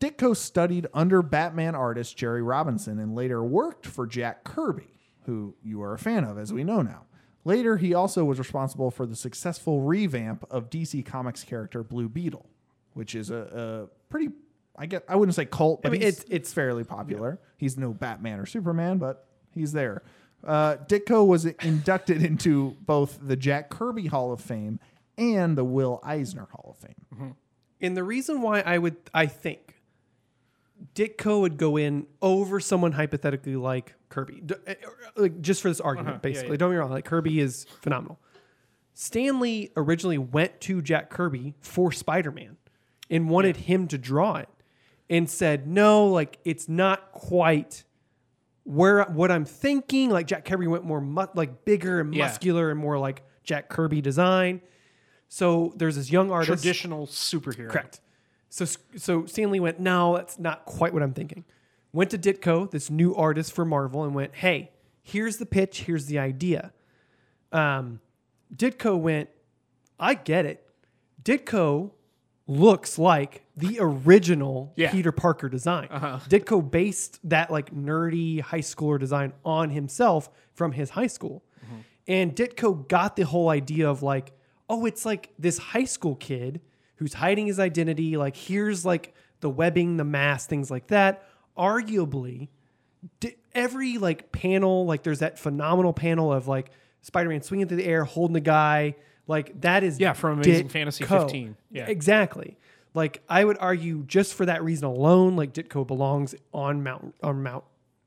[SPEAKER 3] Ditko studied under Batman artist Jerry Robinson and later worked for Jack Kirby, who you are a fan of, as we know now. Later, he also was responsible for the successful revamp of DC Comics character Blue Beetle, which is a, a pretty, I guess, I wouldn't say cult, but
[SPEAKER 2] mean,
[SPEAKER 3] he's-
[SPEAKER 2] it's-
[SPEAKER 3] it's fairly popular. He's no Batman or Superman, but he's there. Uh, Ditko was inducted into both the Jack Kirby Hall of Fame and Mm-hmm. the Will Eisner Hall of Fame.
[SPEAKER 2] And the reason why I would I think Ditko would go in over someone hypothetically like Kirby, D- eh, like just for this argument, basically.
[SPEAKER 1] Uh-huh. yeah.
[SPEAKER 2] Don't get me wrong, like Kirby is phenomenal. Stanley originally went to Jack Kirby for Spider Man and wanted him to draw it, and said no, like it's not quite where what I'm thinking. Like Jack Kirby went more mu- like bigger and
[SPEAKER 1] Yeah.
[SPEAKER 2] muscular and more like Jack Kirby design. So there's this young artist.
[SPEAKER 1] Traditional superhero.
[SPEAKER 2] Correct. So so Stanley went, no, that's not quite what I'm thinking. Went to Ditko, this new artist for Marvel, and went, hey, here's the pitch, here's the idea. Um, Ditko went, I get it. Ditko looks like the original
[SPEAKER 1] Yeah.
[SPEAKER 2] Peter Parker design. Ditko based that like nerdy high schooler design on himself from his high school. And Ditko got the whole idea of like, oh, it's like this high school kid who's hiding his identity. Like, here's like the webbing, the mask, things like that. Arguably, di- every like panel, like there's that phenomenal panel of like Spider-Man swinging through the air, holding a guy. Like that is
[SPEAKER 1] Yeah, from Amazing
[SPEAKER 2] Ditko.
[SPEAKER 1] Fantasy 15. Yeah.
[SPEAKER 2] exactly. Like I would argue, just for that reason alone, like Ditko belongs on Mount on Mount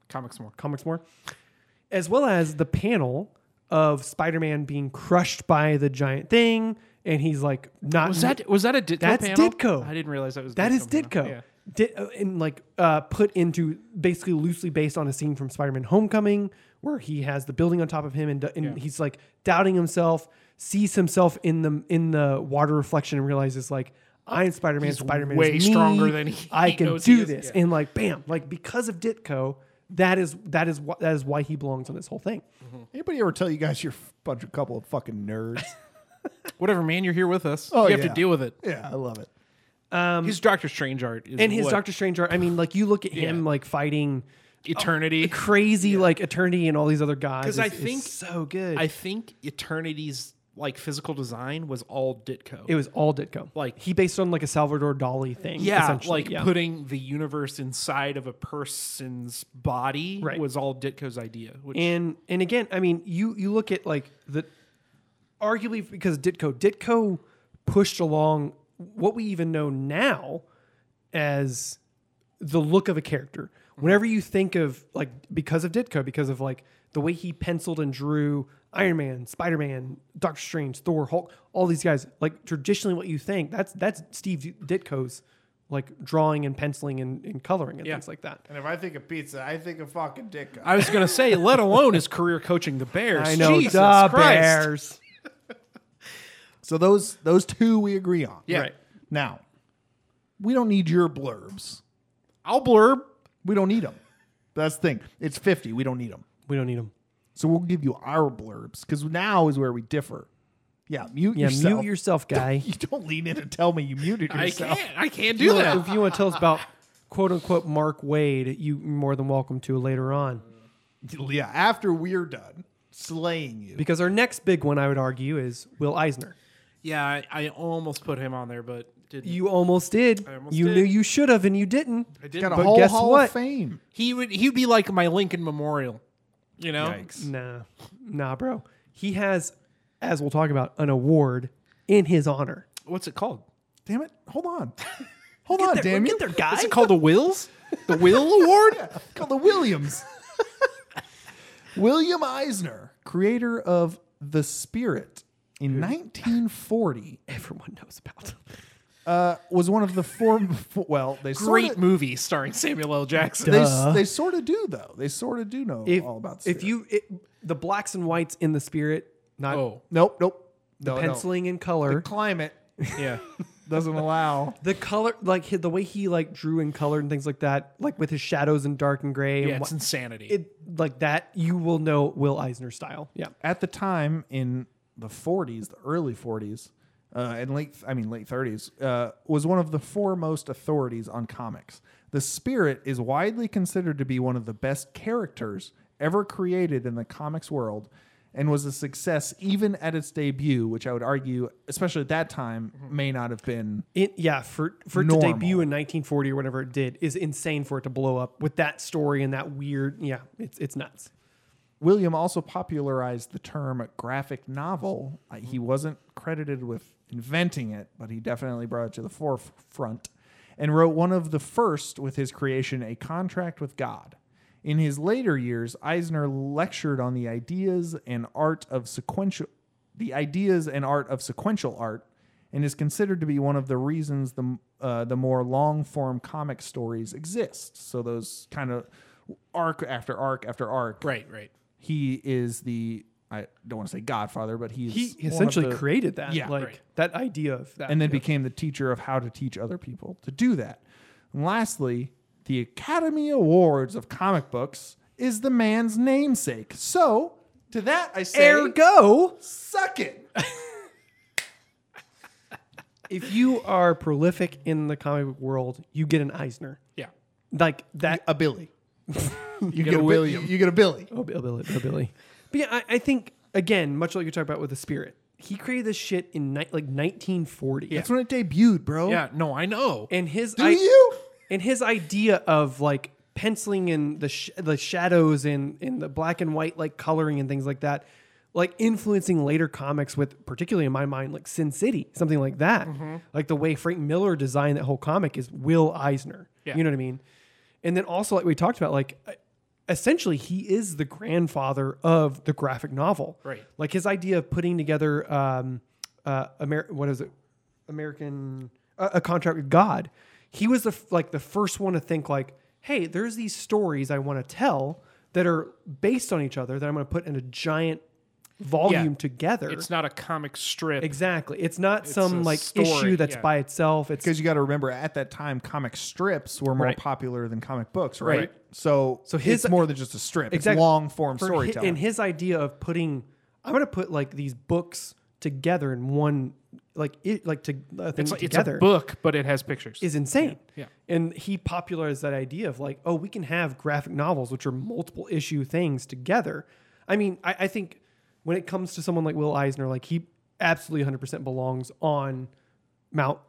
[SPEAKER 1] Comics more.
[SPEAKER 2] comics more, as well as the panel of Spider-Man being crushed by the giant thing, and he's like not
[SPEAKER 1] Was that was that a Ditko
[SPEAKER 2] That's
[SPEAKER 1] panel?
[SPEAKER 2] Ditko.
[SPEAKER 1] I didn't realize that was
[SPEAKER 2] That
[SPEAKER 1] Ditko
[SPEAKER 2] is
[SPEAKER 1] panel.
[SPEAKER 2] Ditko. Di- uh, and like uh, put into basically loosely based on a scene from Spider-Man: Homecoming, where he has the building on top of him, and, and he's like doubting himself, sees himself in the in the water reflection, and realizes like I am Spider-Man. Spider-Man
[SPEAKER 1] way
[SPEAKER 2] is me.
[SPEAKER 1] stronger than he-
[SPEAKER 2] I
[SPEAKER 1] he
[SPEAKER 2] can
[SPEAKER 1] knows he
[SPEAKER 2] do
[SPEAKER 1] is."
[SPEAKER 2] this,
[SPEAKER 1] Yeah.
[SPEAKER 2] and like bam, like because of Ditko, that is that is what that is why he belongs on this whole thing.
[SPEAKER 3] Anybody ever tell you guys you're a bunch of couple of fucking nerds?
[SPEAKER 1] Yeah. Whatever, man, you're here with us.
[SPEAKER 3] Oh,
[SPEAKER 1] you have
[SPEAKER 3] yeah.
[SPEAKER 1] to deal with it.
[SPEAKER 3] yeah, I love it.
[SPEAKER 1] his Doctor Strange art is
[SPEAKER 2] And his
[SPEAKER 1] what? Oh,
[SPEAKER 2] Doctor Strange art, I mean, like you look at him
[SPEAKER 1] Yeah.
[SPEAKER 2] like fighting
[SPEAKER 1] Eternity.
[SPEAKER 2] crazy like Eternity and all these other guys.
[SPEAKER 1] 'Cause
[SPEAKER 2] Because
[SPEAKER 1] I think-
[SPEAKER 2] so good.
[SPEAKER 1] I think Eternity's like physical design was all Ditko.
[SPEAKER 2] It was all Ditko.
[SPEAKER 1] Like-
[SPEAKER 2] he based on like a Salvador Dali thing.
[SPEAKER 1] yeah,
[SPEAKER 2] essentially.
[SPEAKER 1] like
[SPEAKER 2] yeah.
[SPEAKER 1] putting the universe inside of a person's body
[SPEAKER 2] Right.
[SPEAKER 1] was all Ditko's idea. Which
[SPEAKER 2] and and again, I mean, you you look at like the arguably because Ditko Ditko pushed along what we even know now as the look of a character. Whenever you think of like because of Ditko, because of like the way he penciled and drew Iron Man, Spider Man, Doctor Strange, Thor, Hulk, all these guys, like traditionally what you think that's that's Steve Ditko's like drawing and penciling and, and coloring and things like that.
[SPEAKER 3] And if I think of pizza, I think of fucking dick.
[SPEAKER 1] I was gonna say, let alone his career coaching the Bears.
[SPEAKER 2] I know
[SPEAKER 1] Jesus
[SPEAKER 2] the
[SPEAKER 1] Christ.
[SPEAKER 2] Bears.
[SPEAKER 3] So those those two we agree on.
[SPEAKER 1] Yeah.
[SPEAKER 2] Right.
[SPEAKER 3] Now, we don't need your blurbs.
[SPEAKER 1] I'll blurb.
[SPEAKER 3] We don't need them. That's the thing. It's 50. We don't need them.
[SPEAKER 2] We don't need them.
[SPEAKER 3] So we'll give you our blurbs because now is where we differ. Yeah, mute
[SPEAKER 2] Yeah,
[SPEAKER 3] yourself.
[SPEAKER 2] mute yourself, guy.
[SPEAKER 3] You don't lean in and tell me you muted
[SPEAKER 1] I
[SPEAKER 3] yourself.
[SPEAKER 1] can't. I can't
[SPEAKER 2] If
[SPEAKER 1] do
[SPEAKER 2] you wanna-
[SPEAKER 1] that.
[SPEAKER 2] if you want to tell us about quote unquote Mark Wade, you more than welcome to later on.
[SPEAKER 3] Yeah, after we're done slaying you.
[SPEAKER 2] Because our next big one, I would argue, is Will Eisner.
[SPEAKER 1] Yeah, I, I almost put him on there, but didn't.
[SPEAKER 2] You almost did.
[SPEAKER 1] almost
[SPEAKER 2] you
[SPEAKER 1] did.
[SPEAKER 2] knew you should have, and you didn't.
[SPEAKER 1] I
[SPEAKER 3] Got
[SPEAKER 1] didn't.
[SPEAKER 3] a
[SPEAKER 2] But
[SPEAKER 3] whole
[SPEAKER 2] guess
[SPEAKER 3] Hall
[SPEAKER 2] what?
[SPEAKER 3] of Fame.
[SPEAKER 1] he would. He'd be like my Lincoln Memorial. You know.
[SPEAKER 2] Nah, nah, bro. He has, as we'll talk about, an award in his honor.
[SPEAKER 1] What's it called?
[SPEAKER 3] Damn it. Hold on. Hold on,
[SPEAKER 2] Get there-
[SPEAKER 3] damn
[SPEAKER 2] get
[SPEAKER 3] you.
[SPEAKER 2] there, guy.
[SPEAKER 1] Is it called the Wills? The Will Award?
[SPEAKER 3] Called the Williams. William Eisner, creator of The Spirit in 1940,
[SPEAKER 2] Everyone knows about.
[SPEAKER 3] uh, was one of the four. Well, they
[SPEAKER 1] Great
[SPEAKER 3] sorta,
[SPEAKER 1] movie starring Samuel L. Jackson.
[SPEAKER 3] They,
[SPEAKER 2] Duh.
[SPEAKER 3] they sort of do though. They sort of do know
[SPEAKER 2] If,
[SPEAKER 3] all about. The
[SPEAKER 2] if
[SPEAKER 3] Spirit.
[SPEAKER 2] you it, the blacks and whites in the spirit, not
[SPEAKER 1] Oh,
[SPEAKER 3] nope, nope, no, no.
[SPEAKER 2] penciling and color.
[SPEAKER 3] climate
[SPEAKER 1] yeah.
[SPEAKER 3] doesn't allow.
[SPEAKER 2] The color, like hi- the way he like drew and colored and things like that, like with his shadows and dark and gray,
[SPEAKER 1] Yeah,
[SPEAKER 2] and what,
[SPEAKER 1] it's insanity.
[SPEAKER 2] it like that, you will know Will Eisner style. Yeah,
[SPEAKER 3] at the time in the 40s, the early 40s, uh, and late, I mean, late 30s, uh, was one of the foremost authorities on comics. The Spirit is widely considered to be one of the best characters ever created in the comics world and was a success even at its debut, which I would argue, especially at that time, may not have been.
[SPEAKER 2] it yeah for for it to
[SPEAKER 3] Normal.
[SPEAKER 2] debut in 1940 or whatever it did is insane for it to blow up with that story and that weird yeah it's it's nuts.
[SPEAKER 3] William also popularized the term graphic novel. Uh, He wasn't credited with inventing it, but he definitely brought it to the forefront. and wrote one of the first with his creation, A Contract with God. In his later years, Eisner lectured on the ideas and art of sequential the ideas and art of sequential art and is considered to be one of the reasons the uh, the more long form comic stories exist. So those kind of arc after arc after arc.
[SPEAKER 1] Right, right.
[SPEAKER 3] He is the I don't want to say godfather, but he's
[SPEAKER 2] He
[SPEAKER 3] one of
[SPEAKER 2] essentially
[SPEAKER 3] the-
[SPEAKER 2] created that.
[SPEAKER 3] Yeah,
[SPEAKER 2] like
[SPEAKER 1] right.
[SPEAKER 2] that idea of that.
[SPEAKER 3] and then
[SPEAKER 2] yeah.
[SPEAKER 3] became the teacher of how to teach other people to do that. And lastly, the Academy Awards of comic books is the man's namesake. So to that I say,
[SPEAKER 2] ergo,
[SPEAKER 3] suck it.
[SPEAKER 2] if you are prolific in the comic book world, you get an Eisner.
[SPEAKER 1] Yeah.
[SPEAKER 2] Like that
[SPEAKER 3] A Billy. you, get,
[SPEAKER 1] a
[SPEAKER 3] Bi-
[SPEAKER 1] William.
[SPEAKER 3] You get a Billy.
[SPEAKER 2] Oh, Bill, Billy, Bill, Billy. But yeah, I, I think again, much like you talked about with the spirit, he created this shit in ni- like 1940.
[SPEAKER 3] That's when it debuted, bro.
[SPEAKER 1] Yeah, no, I know.
[SPEAKER 2] And his
[SPEAKER 3] Do you?
[SPEAKER 2] and his idea of like penciling in the sh- the shadows and in the black and white like coloring and things like that, like influencing later comics with particularly in my mind like Sin City, something like that.
[SPEAKER 1] Mm-hmm.
[SPEAKER 2] Like the way Frank Miller designed that whole comic is Will Eisner.
[SPEAKER 1] Yeah.
[SPEAKER 2] You know what I mean? And then also like we talked about like e-, essentially he is the grandfather of the graphic novel.
[SPEAKER 1] Right.
[SPEAKER 2] Like his idea of putting together um uh Amer- what is it? American uh, a contract with God. He was the f- like the first one to think like, hey, there's these stories I want to tell that are based on each other that I'm going to put in a giant volume together.
[SPEAKER 1] It's not a comic strip.
[SPEAKER 2] exactly. It's not
[SPEAKER 1] a
[SPEAKER 2] some like
[SPEAKER 1] story,
[SPEAKER 2] issue that's
[SPEAKER 1] yeah.
[SPEAKER 2] by itself. It's
[SPEAKER 3] Because you got to remember, at that time, comic strips were more
[SPEAKER 2] Right.
[SPEAKER 3] popular than comic books, right?
[SPEAKER 1] Right.
[SPEAKER 3] So, so
[SPEAKER 2] his-
[SPEAKER 3] it's more than just a strip. It's
[SPEAKER 2] Exactly.
[SPEAKER 3] long form
[SPEAKER 2] for hi-
[SPEAKER 3] storytelling.
[SPEAKER 2] and his idea of putting I'm going to put like these books together in one like it like to uh, thing
[SPEAKER 1] It's, like- it's a
[SPEAKER 2] together.
[SPEAKER 1] book, but it has pictures.
[SPEAKER 2] is insane.
[SPEAKER 1] Yeah.
[SPEAKER 2] And he popularized that idea of like, oh, we can have graphic novels, which are multiple issue things together. I mean, I, I think when it comes to someone like Will Eisner, like he absolutely 100% belongs on Mount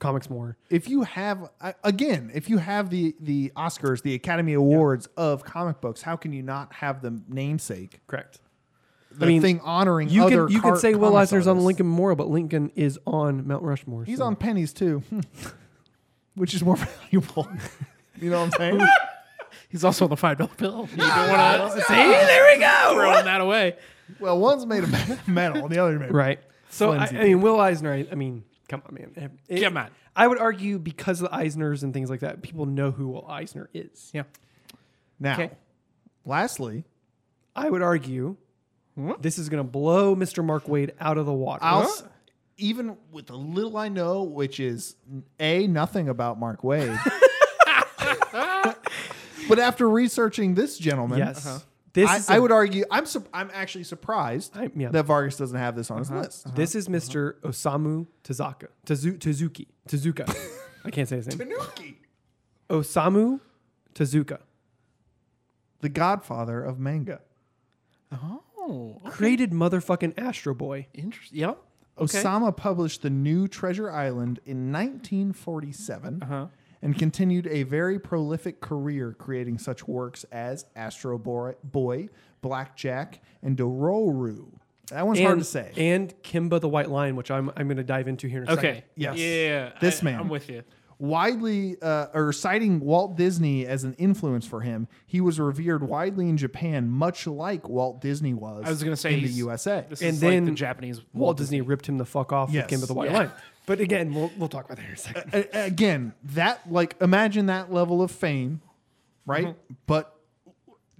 [SPEAKER 2] Comics More.
[SPEAKER 3] if you have I- again if you have the the oscars the academy awards of comic books how can you not have the namesake
[SPEAKER 2] Correct.
[SPEAKER 3] the
[SPEAKER 2] I mean,
[SPEAKER 3] thing honoring
[SPEAKER 2] You
[SPEAKER 3] other
[SPEAKER 2] can, you can
[SPEAKER 3] car-
[SPEAKER 2] say Will
[SPEAKER 3] comic
[SPEAKER 2] Eisner's on
[SPEAKER 3] artists.
[SPEAKER 2] Lincoln Memorial, but Lincoln is on Mount Rushmore.
[SPEAKER 3] he's
[SPEAKER 2] so-
[SPEAKER 3] on pennies too which is more valuable you know what i'm saying
[SPEAKER 1] He's also on the five dollar bill. You don't want to see? There we go. Throwing that away.
[SPEAKER 3] well one's made of me- metal the other made of
[SPEAKER 2] Right. So I,
[SPEAKER 3] Flimsy
[SPEAKER 2] I mean, Will Eisner. I, I mean, come on, man. It-
[SPEAKER 1] Come on.
[SPEAKER 2] I would argue because of the Eisners and things like that, people know who Will Eisner is.
[SPEAKER 1] Yeah.
[SPEAKER 3] now
[SPEAKER 2] Okay.
[SPEAKER 3] lastly
[SPEAKER 2] I would argue this is going to blow Mr. Mark Wade out of the water.
[SPEAKER 3] i'll s- even with the little i know which is a nothing about mark wade but after researching this gentleman
[SPEAKER 2] yes. This
[SPEAKER 3] Uh-huh. I,
[SPEAKER 2] is
[SPEAKER 3] I
[SPEAKER 2] a-
[SPEAKER 3] would argue I'm sup- I'm actually surprised
[SPEAKER 2] I- yeah.
[SPEAKER 3] that Vargas doesn't have this on his list.
[SPEAKER 2] This is mister Osamu Tazaka. Tazu, Tazuki. Tazuka. I can't say his name.
[SPEAKER 3] Tanuki,
[SPEAKER 2] Osamu Tazuka
[SPEAKER 3] the Godfather of manga.
[SPEAKER 1] Oh,
[SPEAKER 2] created motherfucking Astro Boy.
[SPEAKER 1] interesting. Yep.
[SPEAKER 3] Osama published the new Treasure Island in 1947 and continued a very prolific career creating such works as Astro Boy, Boy Blackjack, and Dororu. That one's hard to say.
[SPEAKER 2] And Kimba the White Lion, which I'm I'm going to dive into here in a
[SPEAKER 1] Okay.
[SPEAKER 2] second.
[SPEAKER 3] Yes.
[SPEAKER 1] Yeah.
[SPEAKER 3] This
[SPEAKER 1] I-
[SPEAKER 3] man.
[SPEAKER 1] I'm with you.
[SPEAKER 3] widely uh, or citing Walt Disney as an influence for him, he was revered widely in Japan, much like Walt Disney was.
[SPEAKER 1] I was gonna say
[SPEAKER 3] in the
[SPEAKER 1] he's-
[SPEAKER 3] USA.
[SPEAKER 1] This
[SPEAKER 2] And
[SPEAKER 1] is
[SPEAKER 2] then
[SPEAKER 1] like the Japanese
[SPEAKER 2] Walt Disney ripped him the fuck off
[SPEAKER 3] Yes.
[SPEAKER 2] with Kimba the White
[SPEAKER 1] Yeah.
[SPEAKER 2] Lion. But again, we'll we'll talk about that in a second.
[SPEAKER 3] A- a- again, that like imagine that level of fame, right?
[SPEAKER 2] Mm-hmm.
[SPEAKER 3] But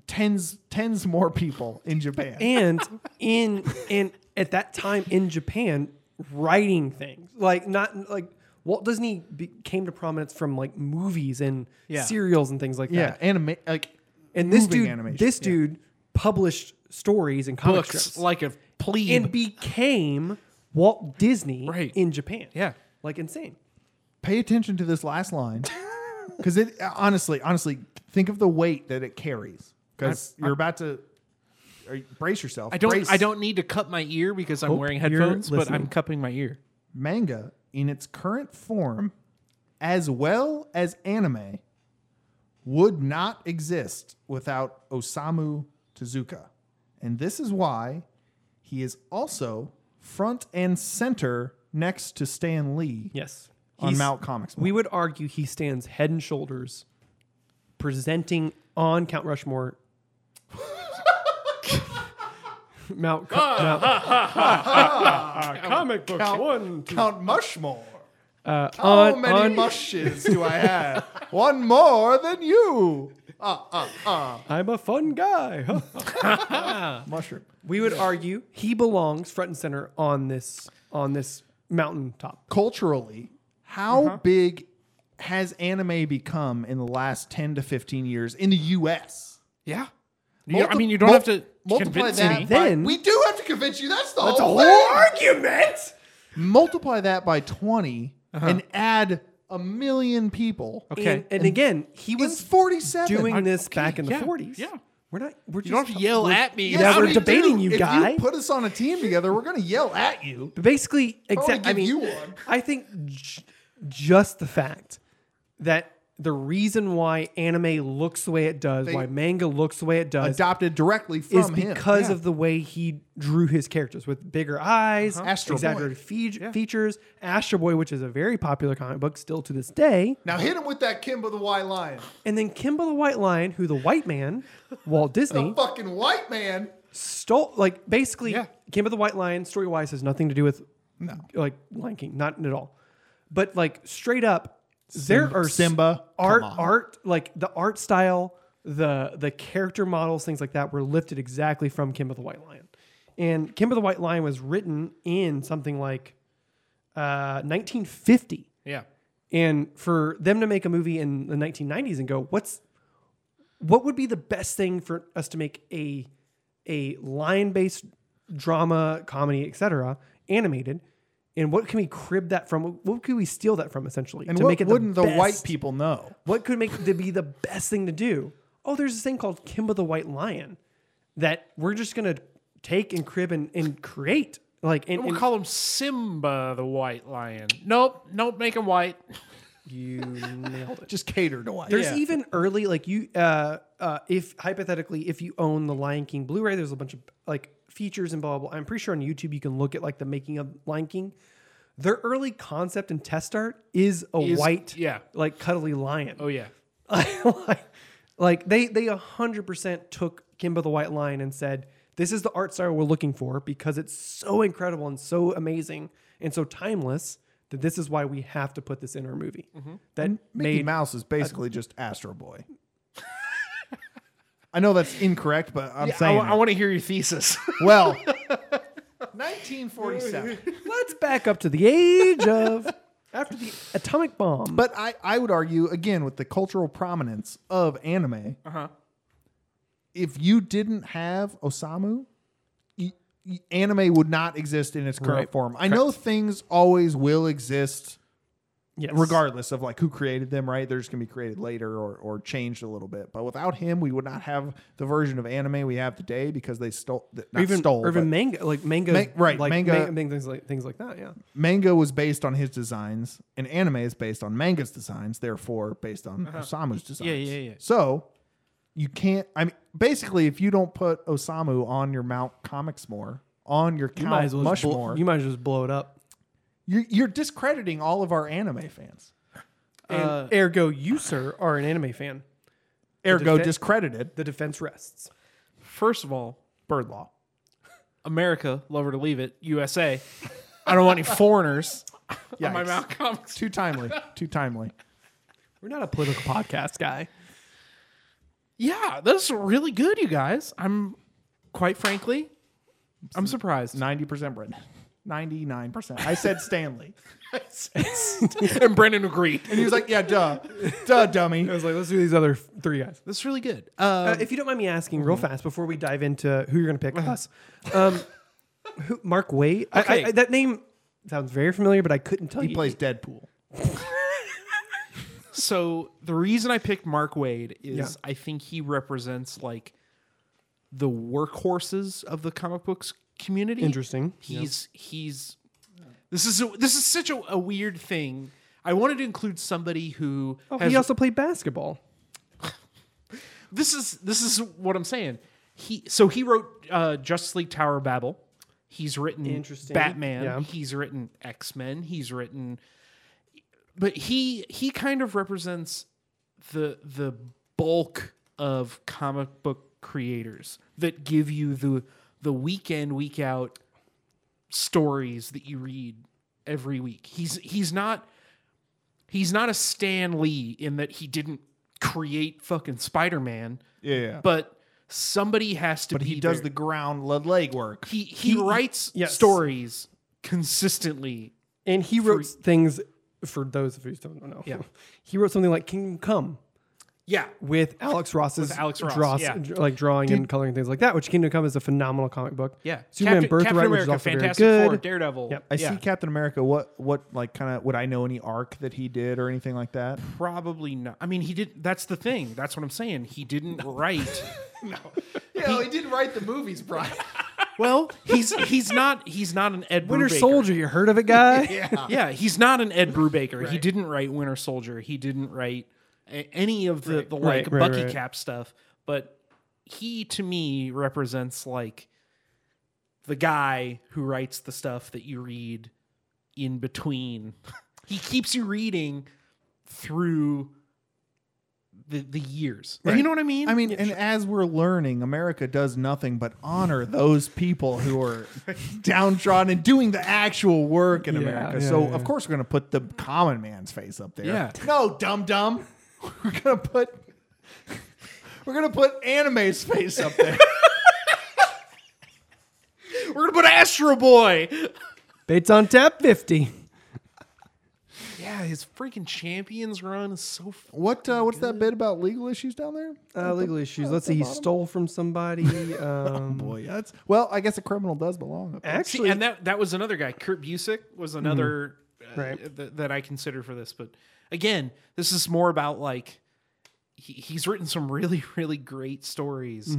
[SPEAKER 3] tens tens more people in Japan.
[SPEAKER 2] and in and at that time in Japan, writing things like not like Walt Disney be, came to prominence from like movies and
[SPEAKER 1] Yeah.
[SPEAKER 2] serials and things like
[SPEAKER 3] yeah,
[SPEAKER 2] that.
[SPEAKER 3] anima- like
[SPEAKER 2] And this
[SPEAKER 3] moving
[SPEAKER 2] dude,
[SPEAKER 3] animation.
[SPEAKER 2] this
[SPEAKER 3] Yeah.
[SPEAKER 2] dude published stories and comic
[SPEAKER 1] books
[SPEAKER 2] strips
[SPEAKER 1] like a plebe.
[SPEAKER 2] and became Walt Disney
[SPEAKER 1] Right.
[SPEAKER 2] in Japan.
[SPEAKER 1] Yeah.
[SPEAKER 2] like insane.
[SPEAKER 3] pay attention to this last line because it honestly, honestly, think of the weight that it carries because you're about to or brace yourself.
[SPEAKER 1] I don't.
[SPEAKER 3] Brace.
[SPEAKER 1] I don't need to cut my ear because I'm wearing
[SPEAKER 2] Oh, you're
[SPEAKER 1] headphones, but I'm
[SPEAKER 2] listening.
[SPEAKER 1] cupping my ear.
[SPEAKER 3] manga in its current form, as well as anime, would not exist without Osamu Tezuka. And this is why he is also front and center next to Stan Lee
[SPEAKER 2] Yes,
[SPEAKER 3] on
[SPEAKER 2] He's-
[SPEAKER 3] Mount Comics.
[SPEAKER 2] We would argue he stands head and shoulders presenting on Count Rushmore. Mount, Co- Mount comic book one
[SPEAKER 3] Count Mushmore.
[SPEAKER 2] uh,
[SPEAKER 3] How
[SPEAKER 2] on,
[SPEAKER 3] many
[SPEAKER 2] on-
[SPEAKER 3] mushes do I have? One more than you.
[SPEAKER 2] I'm a fun guy. huh?
[SPEAKER 3] Mushroom.
[SPEAKER 2] we would argue he belongs front and center on this on this mountain top.
[SPEAKER 3] Culturally, how
[SPEAKER 1] Uh-huh.
[SPEAKER 3] big has anime become in the last 10 to 15 years in the US?
[SPEAKER 1] Yeah. You- I
[SPEAKER 3] Multi-
[SPEAKER 1] mean, you don't
[SPEAKER 3] mul-
[SPEAKER 1] have to
[SPEAKER 3] multiply
[SPEAKER 1] convince
[SPEAKER 3] that
[SPEAKER 1] me.
[SPEAKER 3] by-
[SPEAKER 2] Then-
[SPEAKER 3] we do have to convince you. That's the
[SPEAKER 2] That's a
[SPEAKER 3] whole thing.
[SPEAKER 2] whole argument.
[SPEAKER 3] multiply that by 20 and add a million people.
[SPEAKER 1] Uh-huh. Okay.
[SPEAKER 2] And, and again, he
[SPEAKER 3] It's
[SPEAKER 2] was
[SPEAKER 3] 47.
[SPEAKER 2] doing this
[SPEAKER 1] okay,
[SPEAKER 2] back in the
[SPEAKER 1] yeah,
[SPEAKER 2] 40s.
[SPEAKER 1] yeah.
[SPEAKER 2] We're not. We're just
[SPEAKER 1] You don't have to yell at me.
[SPEAKER 3] Yes,
[SPEAKER 2] Yeah,
[SPEAKER 1] I
[SPEAKER 2] we're
[SPEAKER 3] we
[SPEAKER 1] mean,
[SPEAKER 2] deb- debating
[SPEAKER 3] do.
[SPEAKER 2] you,
[SPEAKER 3] if
[SPEAKER 2] guy.
[SPEAKER 3] You put us on a team together, we're going to yell at you.
[SPEAKER 2] But basically, exactly. I
[SPEAKER 3] give
[SPEAKER 2] mean,
[SPEAKER 3] you one.
[SPEAKER 2] I think j- just the fact that the reason why anime looks the way it does, why manga looks the way it does,
[SPEAKER 3] Adopted directly from
[SPEAKER 2] is
[SPEAKER 3] him.
[SPEAKER 2] because
[SPEAKER 3] Yeah.
[SPEAKER 2] of the way he drew his characters with bigger eyes,
[SPEAKER 3] Uh-huh. Astro Boy.
[SPEAKER 2] exaggerated fe- features. Astro Boy, which is a very popular comic book still to this day,
[SPEAKER 3] Now hit him with that Kimba the White Lion.
[SPEAKER 2] and then Kimba the White Lion, who the white man, Walt Disney,
[SPEAKER 3] The fucking white man.
[SPEAKER 2] stole like basically
[SPEAKER 1] Yeah.
[SPEAKER 2] Kimba the White Lion story wise has nothing to do with like Lion King, not at all. But like straight up, there are s-
[SPEAKER 3] Simba,
[SPEAKER 2] art
[SPEAKER 3] come on.
[SPEAKER 2] art like the art style, the the character models, things like that were lifted exactly from Kimba the White Lion, and Kimba the White Lion was written in something like uh, 1950.
[SPEAKER 1] yeah.
[SPEAKER 2] And for them to make a movie in the 1990s and go, what's what would be the best thing for us to make a a line based drama, comedy, etc., animated? And what can we crib that from? What could we steal that from essentially
[SPEAKER 3] And
[SPEAKER 2] to
[SPEAKER 3] what
[SPEAKER 2] make it
[SPEAKER 3] wouldn't the, white
[SPEAKER 2] best-
[SPEAKER 3] people know?
[SPEAKER 2] What could make to be the best thing to do? Oh, there's this thing called Kimba the White Lion that we're just gonna take and crib and, and create like and,
[SPEAKER 1] We'll
[SPEAKER 2] and
[SPEAKER 1] call him Simba the White Lion. Nope. Nope. Make him white.
[SPEAKER 2] you nailed it.
[SPEAKER 3] Just cater to white.
[SPEAKER 2] There's even early like you uh, uh, if hypothetically if you own the Lion King Blu-ray, there's a bunch of like features and blah blah. blah. I'm pretty sure on YouTube you can look at like the making of Lion King. Their early concept and test art is a
[SPEAKER 1] Is-
[SPEAKER 2] white,
[SPEAKER 1] yeah.
[SPEAKER 2] like cuddly lion.
[SPEAKER 1] Oh, yeah.
[SPEAKER 2] like, like they they hundred percent took Kimba the White Lion and said, "This is the art style we're looking for because it's so incredible and so amazing and so timeless that this is why we have to put this in our movie."
[SPEAKER 1] Mm-hmm.
[SPEAKER 2] That
[SPEAKER 3] Mickey
[SPEAKER 2] made
[SPEAKER 3] Mouse is basically just Astro Boy. I know that's incorrect, but I'm
[SPEAKER 1] I,
[SPEAKER 3] saying. it.
[SPEAKER 1] want to hear your thesis.
[SPEAKER 3] well, 1947.
[SPEAKER 2] Let's back up to the age of after the atomic bomb.
[SPEAKER 3] But I, I would argue again with the cultural prominence of anime.
[SPEAKER 1] Uh-huh.
[SPEAKER 3] If you didn't have Osamu, y y anime would not exist in its current
[SPEAKER 2] Right.
[SPEAKER 3] form. I know things always will exist
[SPEAKER 2] yes.
[SPEAKER 3] regardless of like who created them, right? They're just gonna be created later or, or changed a little bit. But without him, we would not have the version of anime we have today because they stole th-
[SPEAKER 2] or
[SPEAKER 3] not
[SPEAKER 2] even
[SPEAKER 3] stole
[SPEAKER 2] or even
[SPEAKER 3] but
[SPEAKER 2] manga like manga
[SPEAKER 3] Ma- right,
[SPEAKER 2] like
[SPEAKER 3] manga-
[SPEAKER 2] ma- things like things like that. Yeah,
[SPEAKER 3] manga was based on his designs and anime is based on manga's designs therefore based on
[SPEAKER 2] Uh-huh.
[SPEAKER 3] osamu's designs
[SPEAKER 1] Yeah, yeah, yeah.
[SPEAKER 3] so you can't i mean basically if you don't put osamu on your mount comics more on your count mush
[SPEAKER 2] bl-
[SPEAKER 3] more
[SPEAKER 2] you might as well just blow it up.
[SPEAKER 3] you're, you're discrediting all of our anime fans
[SPEAKER 2] And
[SPEAKER 1] Uh,
[SPEAKER 2] ergo, you sir are an anime fan.
[SPEAKER 3] ergo
[SPEAKER 2] defe-
[SPEAKER 3] discredited
[SPEAKER 2] The defense rests.
[SPEAKER 1] First of all,
[SPEAKER 3] bird law
[SPEAKER 1] America, love her to leave it, USA. I don't want any foreigners on my
[SPEAKER 3] Yikes.
[SPEAKER 1] Mount Comics.
[SPEAKER 3] too timely too timely
[SPEAKER 2] We're not a political podcast guy.
[SPEAKER 1] Yeah, that's really good, you guys. I'm quite frankly, I'm surprised.
[SPEAKER 3] 90% brendan 99% i said stanley
[SPEAKER 1] and Brendan agreed.
[SPEAKER 3] and he was like yeah duh duh dummy
[SPEAKER 2] I was like, let's do these other f- three guys.
[SPEAKER 1] That's really good.
[SPEAKER 2] Uh,
[SPEAKER 1] Uh,
[SPEAKER 2] if you don't mind me asking, real
[SPEAKER 3] Mm-hmm.
[SPEAKER 2] fast before we dive into who you're going to pick, us, um, who, Mark Wade. I- I-
[SPEAKER 1] Okay.
[SPEAKER 2] I- that name sounds very familiar, but I couldn't tell
[SPEAKER 3] he
[SPEAKER 2] you.
[SPEAKER 3] plays deadpool
[SPEAKER 1] so the reason I picked Mark Wade is
[SPEAKER 2] Yeah.
[SPEAKER 1] I think he represents like the workhorses of the comic books community.
[SPEAKER 2] Interesting. Yeah.
[SPEAKER 1] He's he's this is a, this is such a, a weird thing. I wanted to include somebody who
[SPEAKER 2] Oh,
[SPEAKER 1] has
[SPEAKER 2] he also played basketball.
[SPEAKER 1] this is this is what I'm saying. He so he wrote uh, Justice League Tower of Babel. He's written
[SPEAKER 2] Interesting.
[SPEAKER 1] Batman.
[SPEAKER 2] Yeah.
[SPEAKER 1] He's written X Men. He's written but he he kind of represents the the bulk of comic book creators that give you the the week in week out stories that you read every week. He's he's not he's not a Stan Lee in that he didn't create fucking Spider Man,
[SPEAKER 3] Yeah.
[SPEAKER 1] but somebody has to.
[SPEAKER 3] But
[SPEAKER 1] be
[SPEAKER 3] he does
[SPEAKER 1] there.
[SPEAKER 3] the ground le- leg work.
[SPEAKER 1] he he, writes
[SPEAKER 2] yes.
[SPEAKER 1] stories consistently.
[SPEAKER 2] And he wrote things for those of you who don't know.
[SPEAKER 1] Yeah.
[SPEAKER 2] he wrote something like Kingdom Come
[SPEAKER 1] Yeah,
[SPEAKER 2] with Alex Ross's
[SPEAKER 1] Alex Ross,
[SPEAKER 2] draws-
[SPEAKER 1] yeah.
[SPEAKER 2] dr- like drawing and coloring things like that. Which Kingdom Come is a phenomenal comic book.
[SPEAKER 1] yeah.
[SPEAKER 2] Superman
[SPEAKER 1] Captain,
[SPEAKER 2] Birthright,
[SPEAKER 1] Captain
[SPEAKER 2] which is
[SPEAKER 1] America,
[SPEAKER 2] also very
[SPEAKER 1] Fantastic Four,
[SPEAKER 2] good.
[SPEAKER 1] Daredevil.
[SPEAKER 2] Yep.
[SPEAKER 3] I
[SPEAKER 1] yeah.
[SPEAKER 3] see Captain America. What what like kind of would I know any arc that he did or anything like that?
[SPEAKER 1] Probably not. I mean, he did. That's the thing. That's what I'm saying. He didn't write.
[SPEAKER 4] Yeah, well, he did write the movies, Brian.
[SPEAKER 1] well, he's he's not he's not an Ed
[SPEAKER 2] Winter
[SPEAKER 1] Brubaker.
[SPEAKER 2] Soldier, you heard of it, guy?
[SPEAKER 1] Yeah, he's not an Ed Brubaker. He didn't write Winter Soldier. He didn't write a- any of the, the like
[SPEAKER 2] Right, right,
[SPEAKER 1] Bucky
[SPEAKER 2] right.
[SPEAKER 1] Cap stuff. But he to me represents like the guy who writes the stuff that you read in between. he keeps you reading through the the years. You
[SPEAKER 3] Right.
[SPEAKER 1] know what I mean?
[SPEAKER 3] I mean, and as we're learning, America does nothing but honor those people who are downtrodden and doing the actual work in
[SPEAKER 2] Yeah,
[SPEAKER 3] America.
[SPEAKER 2] yeah,
[SPEAKER 3] so
[SPEAKER 2] yeah.
[SPEAKER 3] of course we're gonna put the common man's face up there.
[SPEAKER 1] Yeah.
[SPEAKER 3] No, dumb dumb. We're gonna put we're gonna put anime's face up there.
[SPEAKER 1] we're gonna put Astro Boy.
[SPEAKER 2] Bates on tap fifty.
[SPEAKER 1] yeah, his freaking champions run is so
[SPEAKER 3] what uh, what's that bit about legal issues down there?
[SPEAKER 2] Uh, legal issues. Let's see. He stole from somebody. Um,
[SPEAKER 3] Boy, that's well, I guess a criminal does belong up there.
[SPEAKER 1] See,
[SPEAKER 2] actually,
[SPEAKER 1] and that that was another guy. Kurt Busick was another uh,
[SPEAKER 2] Right.
[SPEAKER 1] th- that I consider for this. But again, this is more about like he, he's written some really really great stories,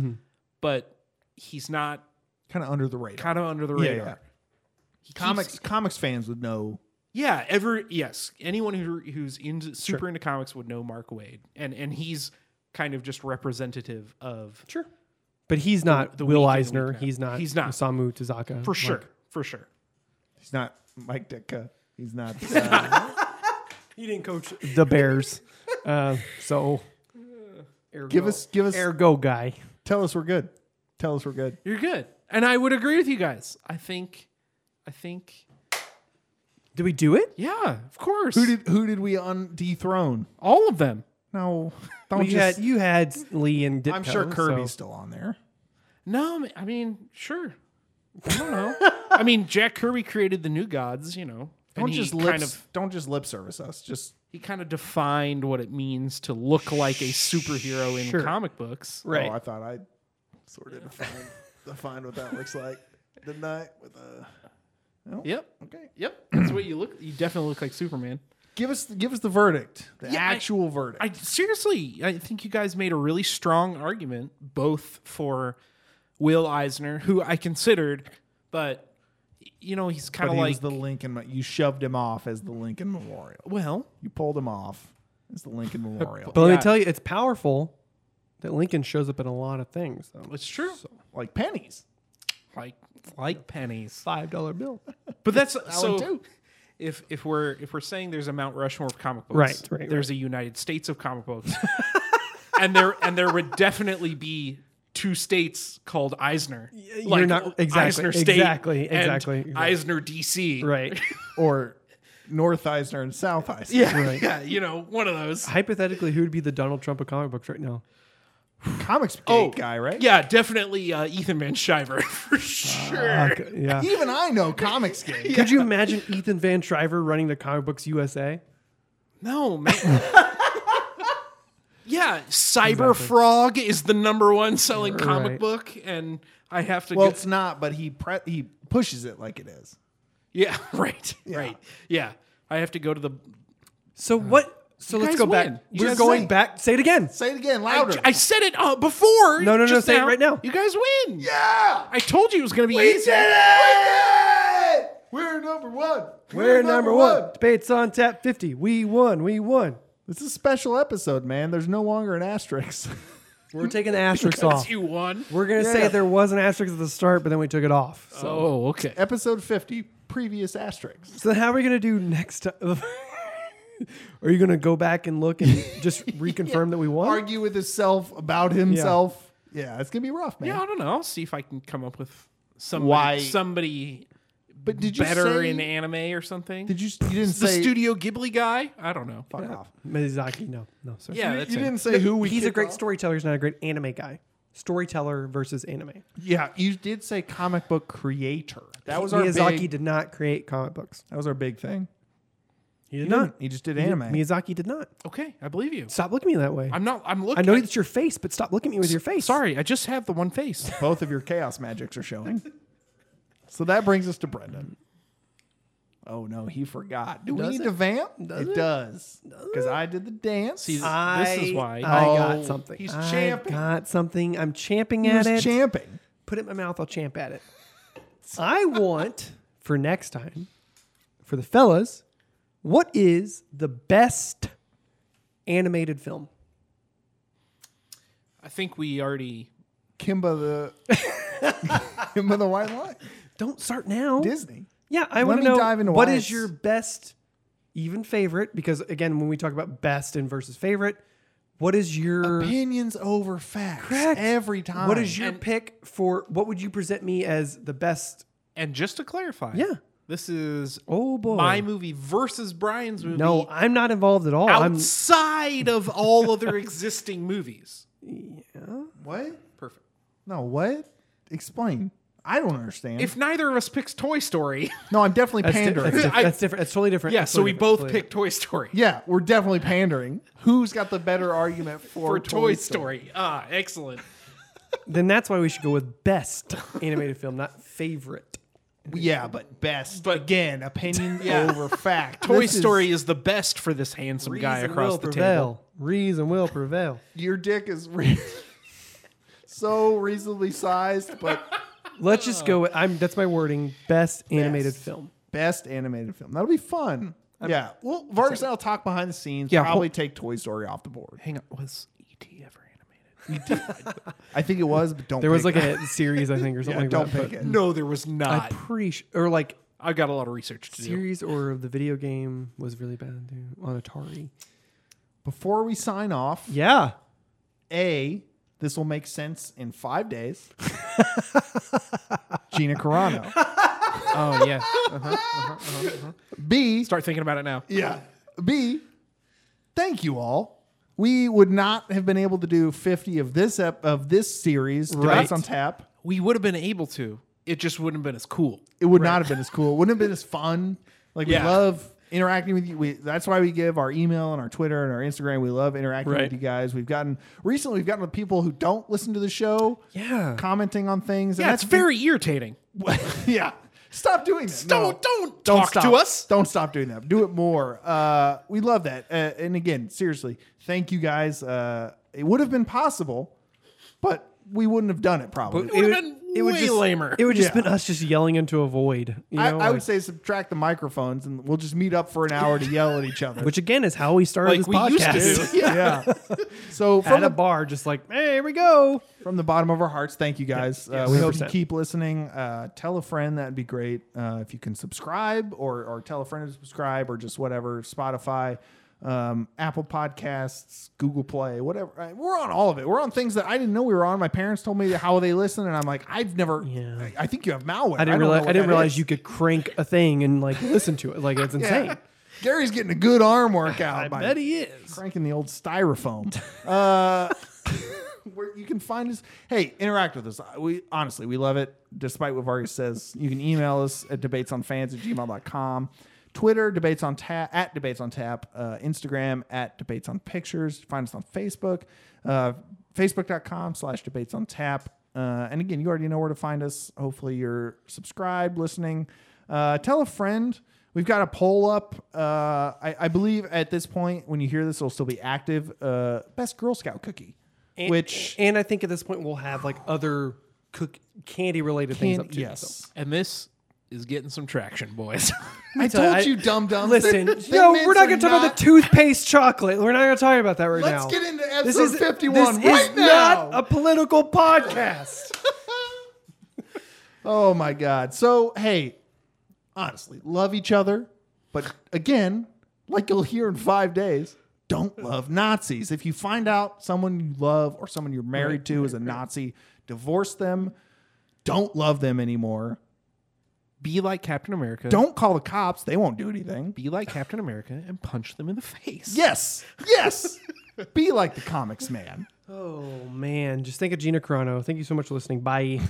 [SPEAKER 1] but he's not
[SPEAKER 3] Kind of under the radar.
[SPEAKER 1] kind of under the
[SPEAKER 3] Yeah,
[SPEAKER 1] radar.
[SPEAKER 3] yeah.
[SPEAKER 1] He keeps-
[SPEAKER 3] Comics comics fans would know
[SPEAKER 1] yeah. Ever yes, anyone who who's into super into comics would know Mark Wade, and and he's kind of just representative of
[SPEAKER 2] sure. But he's not
[SPEAKER 1] the
[SPEAKER 2] Will
[SPEAKER 1] weekend
[SPEAKER 2] Eisner.
[SPEAKER 1] weekend.
[SPEAKER 2] He's not.
[SPEAKER 1] He's not.
[SPEAKER 2] Osamu Tezaka.
[SPEAKER 1] for sure for sure.
[SPEAKER 3] he's not Mike Ditka. He's not uh,
[SPEAKER 2] He didn't coach the Bears. Uh, so
[SPEAKER 3] give us give us
[SPEAKER 2] ergo guy.
[SPEAKER 3] Tell us we're good. Tell us we're good.
[SPEAKER 1] You're good, and I would agree with you guys. I think, I think.
[SPEAKER 2] Did we do it?
[SPEAKER 1] Yeah, of course.
[SPEAKER 3] Who did who did we un dethrone?
[SPEAKER 1] all of them?
[SPEAKER 3] No, don't
[SPEAKER 2] We
[SPEAKER 3] just.
[SPEAKER 2] had you had Lee and Ditko.
[SPEAKER 3] I'm sure Kirby's
[SPEAKER 2] so-
[SPEAKER 3] still on there.
[SPEAKER 1] No, I mean, sure. I don't know. I mean, Jack Kirby created the new gods, you know. and
[SPEAKER 3] Don't
[SPEAKER 1] he
[SPEAKER 3] just lip,
[SPEAKER 1] kind of
[SPEAKER 3] don't just lip service us. Just
[SPEAKER 1] he kind of defined what it means to look like a superhero in
[SPEAKER 2] Sure.
[SPEAKER 1] comic books.
[SPEAKER 2] right.
[SPEAKER 3] Oh, I thought I sort of defined, defined what that looks like. Didn't I? With a
[SPEAKER 1] Yep.
[SPEAKER 3] okay.
[SPEAKER 1] Yep. That's what you look you definitely look like Superman.
[SPEAKER 3] Give us give us the verdict. The
[SPEAKER 1] Yeah, I-
[SPEAKER 3] actual verdict.
[SPEAKER 1] I seriously, I think you guys made a really strong argument both for Will Eisner, who I considered, but you know, he's
[SPEAKER 3] but
[SPEAKER 1] kind
[SPEAKER 3] he
[SPEAKER 1] of
[SPEAKER 3] was
[SPEAKER 1] like
[SPEAKER 3] the Lincoln. Mo- You shoved him off as the Lincoln Memorial.
[SPEAKER 1] well,
[SPEAKER 3] You pulled him off as the Lincoln Memorial.
[SPEAKER 2] But let
[SPEAKER 1] Yeah.
[SPEAKER 2] me tell you, it's powerful that Lincoln shows up in a lot of things. Though.
[SPEAKER 1] it's true.
[SPEAKER 3] like pennies.
[SPEAKER 1] Like like pennies.
[SPEAKER 2] Five dollar bill.
[SPEAKER 1] But that's so.
[SPEAKER 3] too.
[SPEAKER 1] If if we're if we're saying there's a Mount Rushmore of comic books,
[SPEAKER 2] Right, right,
[SPEAKER 1] There's a United States of comic books, and there and there would definitely be two states called Eisner. You're
[SPEAKER 2] not- exactly, exactly, exactly,
[SPEAKER 1] And
[SPEAKER 2] exactly.
[SPEAKER 1] Eisner DC.
[SPEAKER 2] Right.
[SPEAKER 3] or North Eisner and South Eisner.
[SPEAKER 1] Yeah.
[SPEAKER 2] Right.
[SPEAKER 1] Yeah. You know, one of those.
[SPEAKER 2] Hypothetically, who would be the Donald Trump of comic books right now?
[SPEAKER 3] comics gate guy, right?
[SPEAKER 1] Yeah, definitely uh, Ethan Van Shiver for sure.
[SPEAKER 2] Fuck, yeah.
[SPEAKER 3] Even I know comics gate.
[SPEAKER 2] Could you imagine Ethan Van Shriver running the comic books USA?
[SPEAKER 1] No man. Yeah, Cyber Frog is the number one selling comic
[SPEAKER 2] Right.
[SPEAKER 1] book, and I have to
[SPEAKER 3] Well,
[SPEAKER 1] get
[SPEAKER 3] it's not, but he pre- he pushes it like it is.
[SPEAKER 1] Yeah, right, right. Yeah, I have to go to the.
[SPEAKER 2] So what? So let's
[SPEAKER 1] guys
[SPEAKER 2] go
[SPEAKER 1] win.
[SPEAKER 2] back.
[SPEAKER 1] You
[SPEAKER 2] We're
[SPEAKER 3] guys
[SPEAKER 2] going
[SPEAKER 3] win.
[SPEAKER 2] back. Say it again.
[SPEAKER 3] Say it again,
[SPEAKER 1] I,
[SPEAKER 3] louder.
[SPEAKER 1] I said it uh, before.
[SPEAKER 2] No, no, no,
[SPEAKER 1] just
[SPEAKER 2] say it right now.
[SPEAKER 1] You guys win.
[SPEAKER 3] yeah,
[SPEAKER 1] I told you it was gonna be
[SPEAKER 3] we
[SPEAKER 1] easy.
[SPEAKER 3] did it. We're number one.
[SPEAKER 2] We're number one. Debates on tap 50. We won. We won.
[SPEAKER 3] This is a special episode, man. There's no longer an asterisk.
[SPEAKER 2] We're taking the asterisk off.
[SPEAKER 1] You won.
[SPEAKER 2] We're going to say there was an asterisk at the start, but then we took it off. So,
[SPEAKER 1] Oh, okay.
[SPEAKER 3] episode 50, previous asterisk.
[SPEAKER 2] so then how are we going to do next time? Are you going to go back and look and just reconfirm that we won?
[SPEAKER 3] Argue with himself about himself. Yeah, it's gonna be rough, man.
[SPEAKER 1] Yeah, I don't know. I'll see if I can come up with somebody,
[SPEAKER 3] Why-
[SPEAKER 1] somebody
[SPEAKER 3] But did you
[SPEAKER 1] better
[SPEAKER 3] say,
[SPEAKER 1] in anime or something.
[SPEAKER 3] Did you? You didn't
[SPEAKER 1] the
[SPEAKER 3] say.
[SPEAKER 1] Studio Ghibli guy? I don't know. Fuck off.
[SPEAKER 2] Miyazaki, no, no, sir.
[SPEAKER 1] Yeah,
[SPEAKER 3] you
[SPEAKER 1] that's him.
[SPEAKER 3] didn't say who we.
[SPEAKER 2] he's a
[SPEAKER 3] kicked
[SPEAKER 2] great
[SPEAKER 3] off?
[SPEAKER 2] storyteller. He's not a great anime guy. Storyteller versus anime.
[SPEAKER 3] Yeah, you did say comic book creator. That was our
[SPEAKER 2] Miyazaki
[SPEAKER 3] big.
[SPEAKER 2] did not create comic books.
[SPEAKER 3] That was our big thing.
[SPEAKER 2] He
[SPEAKER 3] He
[SPEAKER 2] did
[SPEAKER 3] didn't. He just did anime.
[SPEAKER 2] Miyazaki did not.
[SPEAKER 1] Okay, I believe you.
[SPEAKER 2] Stop looking at me that way. i
[SPEAKER 1] I'm not. I'm looking.
[SPEAKER 2] know
[SPEAKER 1] I-
[SPEAKER 2] it's your face, but stop looking at me with your face.
[SPEAKER 1] Sorry, I just have the one face.
[SPEAKER 3] Both of your chaos magics are showing. so that brings us to Brendan. Oh no, he forgot. Do we
[SPEAKER 2] Does
[SPEAKER 3] need
[SPEAKER 2] it?
[SPEAKER 3] to vamp?
[SPEAKER 2] Does
[SPEAKER 3] it,
[SPEAKER 2] it?
[SPEAKER 3] does. Because I did the dance.
[SPEAKER 1] See,
[SPEAKER 3] I
[SPEAKER 2] I,
[SPEAKER 1] this is why.
[SPEAKER 2] I
[SPEAKER 3] Oh,
[SPEAKER 2] got something.
[SPEAKER 3] he's
[SPEAKER 2] I
[SPEAKER 3] champing.
[SPEAKER 2] got something. I'm champing
[SPEAKER 3] was
[SPEAKER 2] at it.
[SPEAKER 3] champing.
[SPEAKER 2] Put it in my mouth. I'll champ at it. I want for next time, for the fellas, what is the best animated film?
[SPEAKER 1] I think we already.
[SPEAKER 3] Kimba the Kimba the White Lion.
[SPEAKER 2] Don't start now.
[SPEAKER 3] Disney.
[SPEAKER 2] Yeah, I want to
[SPEAKER 3] me
[SPEAKER 2] know
[SPEAKER 3] dive into
[SPEAKER 2] what
[SPEAKER 3] why
[SPEAKER 2] is
[SPEAKER 3] it's-
[SPEAKER 2] your best, even favorite? Because again, when we talk about best and versus favorite, what is your
[SPEAKER 3] Opinions over facts.
[SPEAKER 2] Correct.
[SPEAKER 3] Every time.
[SPEAKER 2] what is your
[SPEAKER 1] And-
[SPEAKER 2] pick for what would you present me as the best?
[SPEAKER 1] And just to clarify,
[SPEAKER 2] Yeah.
[SPEAKER 1] this is
[SPEAKER 2] Oh boy,
[SPEAKER 1] my movie versus Brian's movie.
[SPEAKER 2] no, I'm not involved at all. I'm
[SPEAKER 1] outside of all other existing movies.
[SPEAKER 3] what?
[SPEAKER 1] Perfect.
[SPEAKER 3] No, what? Explain. I don't understand.
[SPEAKER 1] If neither of us picks Toy Story,
[SPEAKER 3] no, I'm definitely
[SPEAKER 2] that's, di-
[SPEAKER 3] pandering.
[SPEAKER 2] that's, diff-
[SPEAKER 1] I-
[SPEAKER 2] that's different. That's totally different.
[SPEAKER 1] yeah,
[SPEAKER 2] That's
[SPEAKER 1] so we
[SPEAKER 2] totally different.
[SPEAKER 1] both
[SPEAKER 2] Totally
[SPEAKER 1] pick Toy Story.
[SPEAKER 3] yeah, we're definitely pandering. Who's got the better argument for,
[SPEAKER 1] For Toy Story. Ah, excellent.
[SPEAKER 2] different. Then that's why we should go with best animated film, not favorite.
[SPEAKER 3] Yeah, but best.
[SPEAKER 1] But-
[SPEAKER 3] again, opinion over fact.
[SPEAKER 1] Toy
[SPEAKER 3] This is-
[SPEAKER 1] Story is, the best for this handsome guy
[SPEAKER 2] Reason
[SPEAKER 1] across
[SPEAKER 2] will
[SPEAKER 1] the table.
[SPEAKER 2] prevail. Reason will prevail.
[SPEAKER 3] your dick is re- so reasonably sized, but
[SPEAKER 2] Let's just go. With, I'm that's my wording. Best animated film.
[SPEAKER 3] best animated film. That'll be fun. yeah, well, Vargas and I'll talk behind the scenes.
[SPEAKER 1] Yeah,
[SPEAKER 3] probably take Toy Story off the board.
[SPEAKER 1] Hang on, was E.T. ever animated?
[SPEAKER 3] I think it was, but don't.
[SPEAKER 2] There was
[SPEAKER 3] pick
[SPEAKER 2] like a series, I think, or
[SPEAKER 3] it.
[SPEAKER 2] something
[SPEAKER 3] Yeah,
[SPEAKER 2] like
[SPEAKER 3] don't
[SPEAKER 2] that.
[SPEAKER 3] pick it.
[SPEAKER 1] No, there was not.
[SPEAKER 2] I'm pretty sure, or like
[SPEAKER 1] I've got a lot of research to do.
[SPEAKER 2] series or the video game was really bad too, on Atari.
[SPEAKER 3] Before we sign off,
[SPEAKER 2] Yeah,
[SPEAKER 3] a this will make sense in five days. Gina Carano.
[SPEAKER 1] Oh yeah,
[SPEAKER 3] B
[SPEAKER 1] start thinking about it now.
[SPEAKER 3] Yeah. B, thank you all. We would not have been able to do 50 of this ep- of this series. Right.
[SPEAKER 2] Right.
[SPEAKER 3] on tap.
[SPEAKER 1] We would have been able to. It just wouldn't have been as cool.
[SPEAKER 3] It would not have been as cool. It wouldn't have been as fun. Like
[SPEAKER 1] Yeah.
[SPEAKER 3] we love interacting with you. We, that's why we give our email and our Twitter and our Instagram. We love interacting
[SPEAKER 1] Right.
[SPEAKER 3] with you guys. We've gotten recently we've gotten with people who don't listen to the show.
[SPEAKER 2] Yeah.
[SPEAKER 3] Commenting on things.
[SPEAKER 1] Yeah,
[SPEAKER 3] and
[SPEAKER 1] it's very irritating.
[SPEAKER 3] yeah. Stop doing that. No.
[SPEAKER 1] Don't don't talk
[SPEAKER 3] stop.
[SPEAKER 1] to us.
[SPEAKER 3] Don't stop doing that. Do it more. Uh, we love that. Uh, and again, seriously, thank you guys. Uh, it would have been possible, but we wouldn't have done it probably.
[SPEAKER 1] It would have been way
[SPEAKER 2] just,
[SPEAKER 1] lamer.
[SPEAKER 2] It would just
[SPEAKER 3] Yeah.
[SPEAKER 2] been us just yelling into a void. You know,
[SPEAKER 3] I, I
[SPEAKER 2] like-
[SPEAKER 3] would say subtract the microphones, and we'll just meet up for an hour to yell at each other.
[SPEAKER 2] which again is how we started
[SPEAKER 1] Like
[SPEAKER 2] this
[SPEAKER 1] we used to
[SPEAKER 2] podcast.
[SPEAKER 1] do.
[SPEAKER 3] yeah. So
[SPEAKER 2] At
[SPEAKER 3] from
[SPEAKER 2] a
[SPEAKER 3] the,
[SPEAKER 2] bar, just like, hey, here we go.
[SPEAKER 3] from the bottom of our hearts, thank you guys. Uh, we hope you
[SPEAKER 2] 100%.
[SPEAKER 3] keep listening. Uh, tell a friend that'd be great. Uh, if you can subscribe, or or tell a friend to subscribe, or just whatever Spotify, um, Apple Podcasts, Google Play, whatever. Uh, We're on all of it. We're on things that I didn't know we were on. My parents told me how they listen, and I'm like, I've never.
[SPEAKER 2] Yeah.
[SPEAKER 3] I, I think you have malware.
[SPEAKER 2] I
[SPEAKER 3] don't
[SPEAKER 2] didn't
[SPEAKER 3] know
[SPEAKER 2] realize.
[SPEAKER 3] what
[SPEAKER 2] I didn't
[SPEAKER 3] that
[SPEAKER 2] realize
[SPEAKER 3] is.
[SPEAKER 2] you could crank a thing and like listen to it. Like it's insane.
[SPEAKER 3] Yeah. Gary's getting a good arm workout. by
[SPEAKER 2] he is.
[SPEAKER 3] cranking the old styrofoam. Uh, where you can find us. Hey, interact with us. We honestly, we love it. Despite what Vargas says, you can email us at debatesonfans at gmail.com. Twitter, debates on tap at debates on tap, uh, Instagram at debates on pictures. Find us on Facebook, uh, facebook.com slash debates on tap. Uh, and again, you already know where to find us. Hopefully, you're subscribed, listening. Uh, tell a friend. We've got a poll up. Uh, I, I believe at this point, when you hear this, it'll still be active. Uh, best Girl Scout cookie,
[SPEAKER 2] And,
[SPEAKER 3] which
[SPEAKER 2] and I think at this point we'll have like other cook candy related things up
[SPEAKER 3] can,
[SPEAKER 2] to
[SPEAKER 3] yes.
[SPEAKER 1] And this is getting some traction, boys.
[SPEAKER 3] I
[SPEAKER 2] tell you,
[SPEAKER 3] told
[SPEAKER 2] I-
[SPEAKER 3] you, dum dums.
[SPEAKER 2] Listen, no, we're not going to talk about the toothpaste chocolate. We're not going to talk about that right
[SPEAKER 3] Let's
[SPEAKER 2] now.
[SPEAKER 3] get into episode
[SPEAKER 2] this is
[SPEAKER 3] 51
[SPEAKER 2] This
[SPEAKER 3] right
[SPEAKER 2] is
[SPEAKER 3] now.
[SPEAKER 2] not a political podcast.
[SPEAKER 3] Oh my god. So hey, honestly, love each other, but again, like you'll hear in five days, don't love Nazis. If you find out someone you love or someone you're married to is a Nazi, divorce them. Don't love them anymore.
[SPEAKER 1] Be like Captain America.
[SPEAKER 3] Don't call the cops. They won't do anything.
[SPEAKER 1] be like Captain America and punch them in the face.
[SPEAKER 3] Yes. Yes. Be like the comics man.
[SPEAKER 2] Oh man, just think of Gina Carano. Thank you so much for listening. Bye.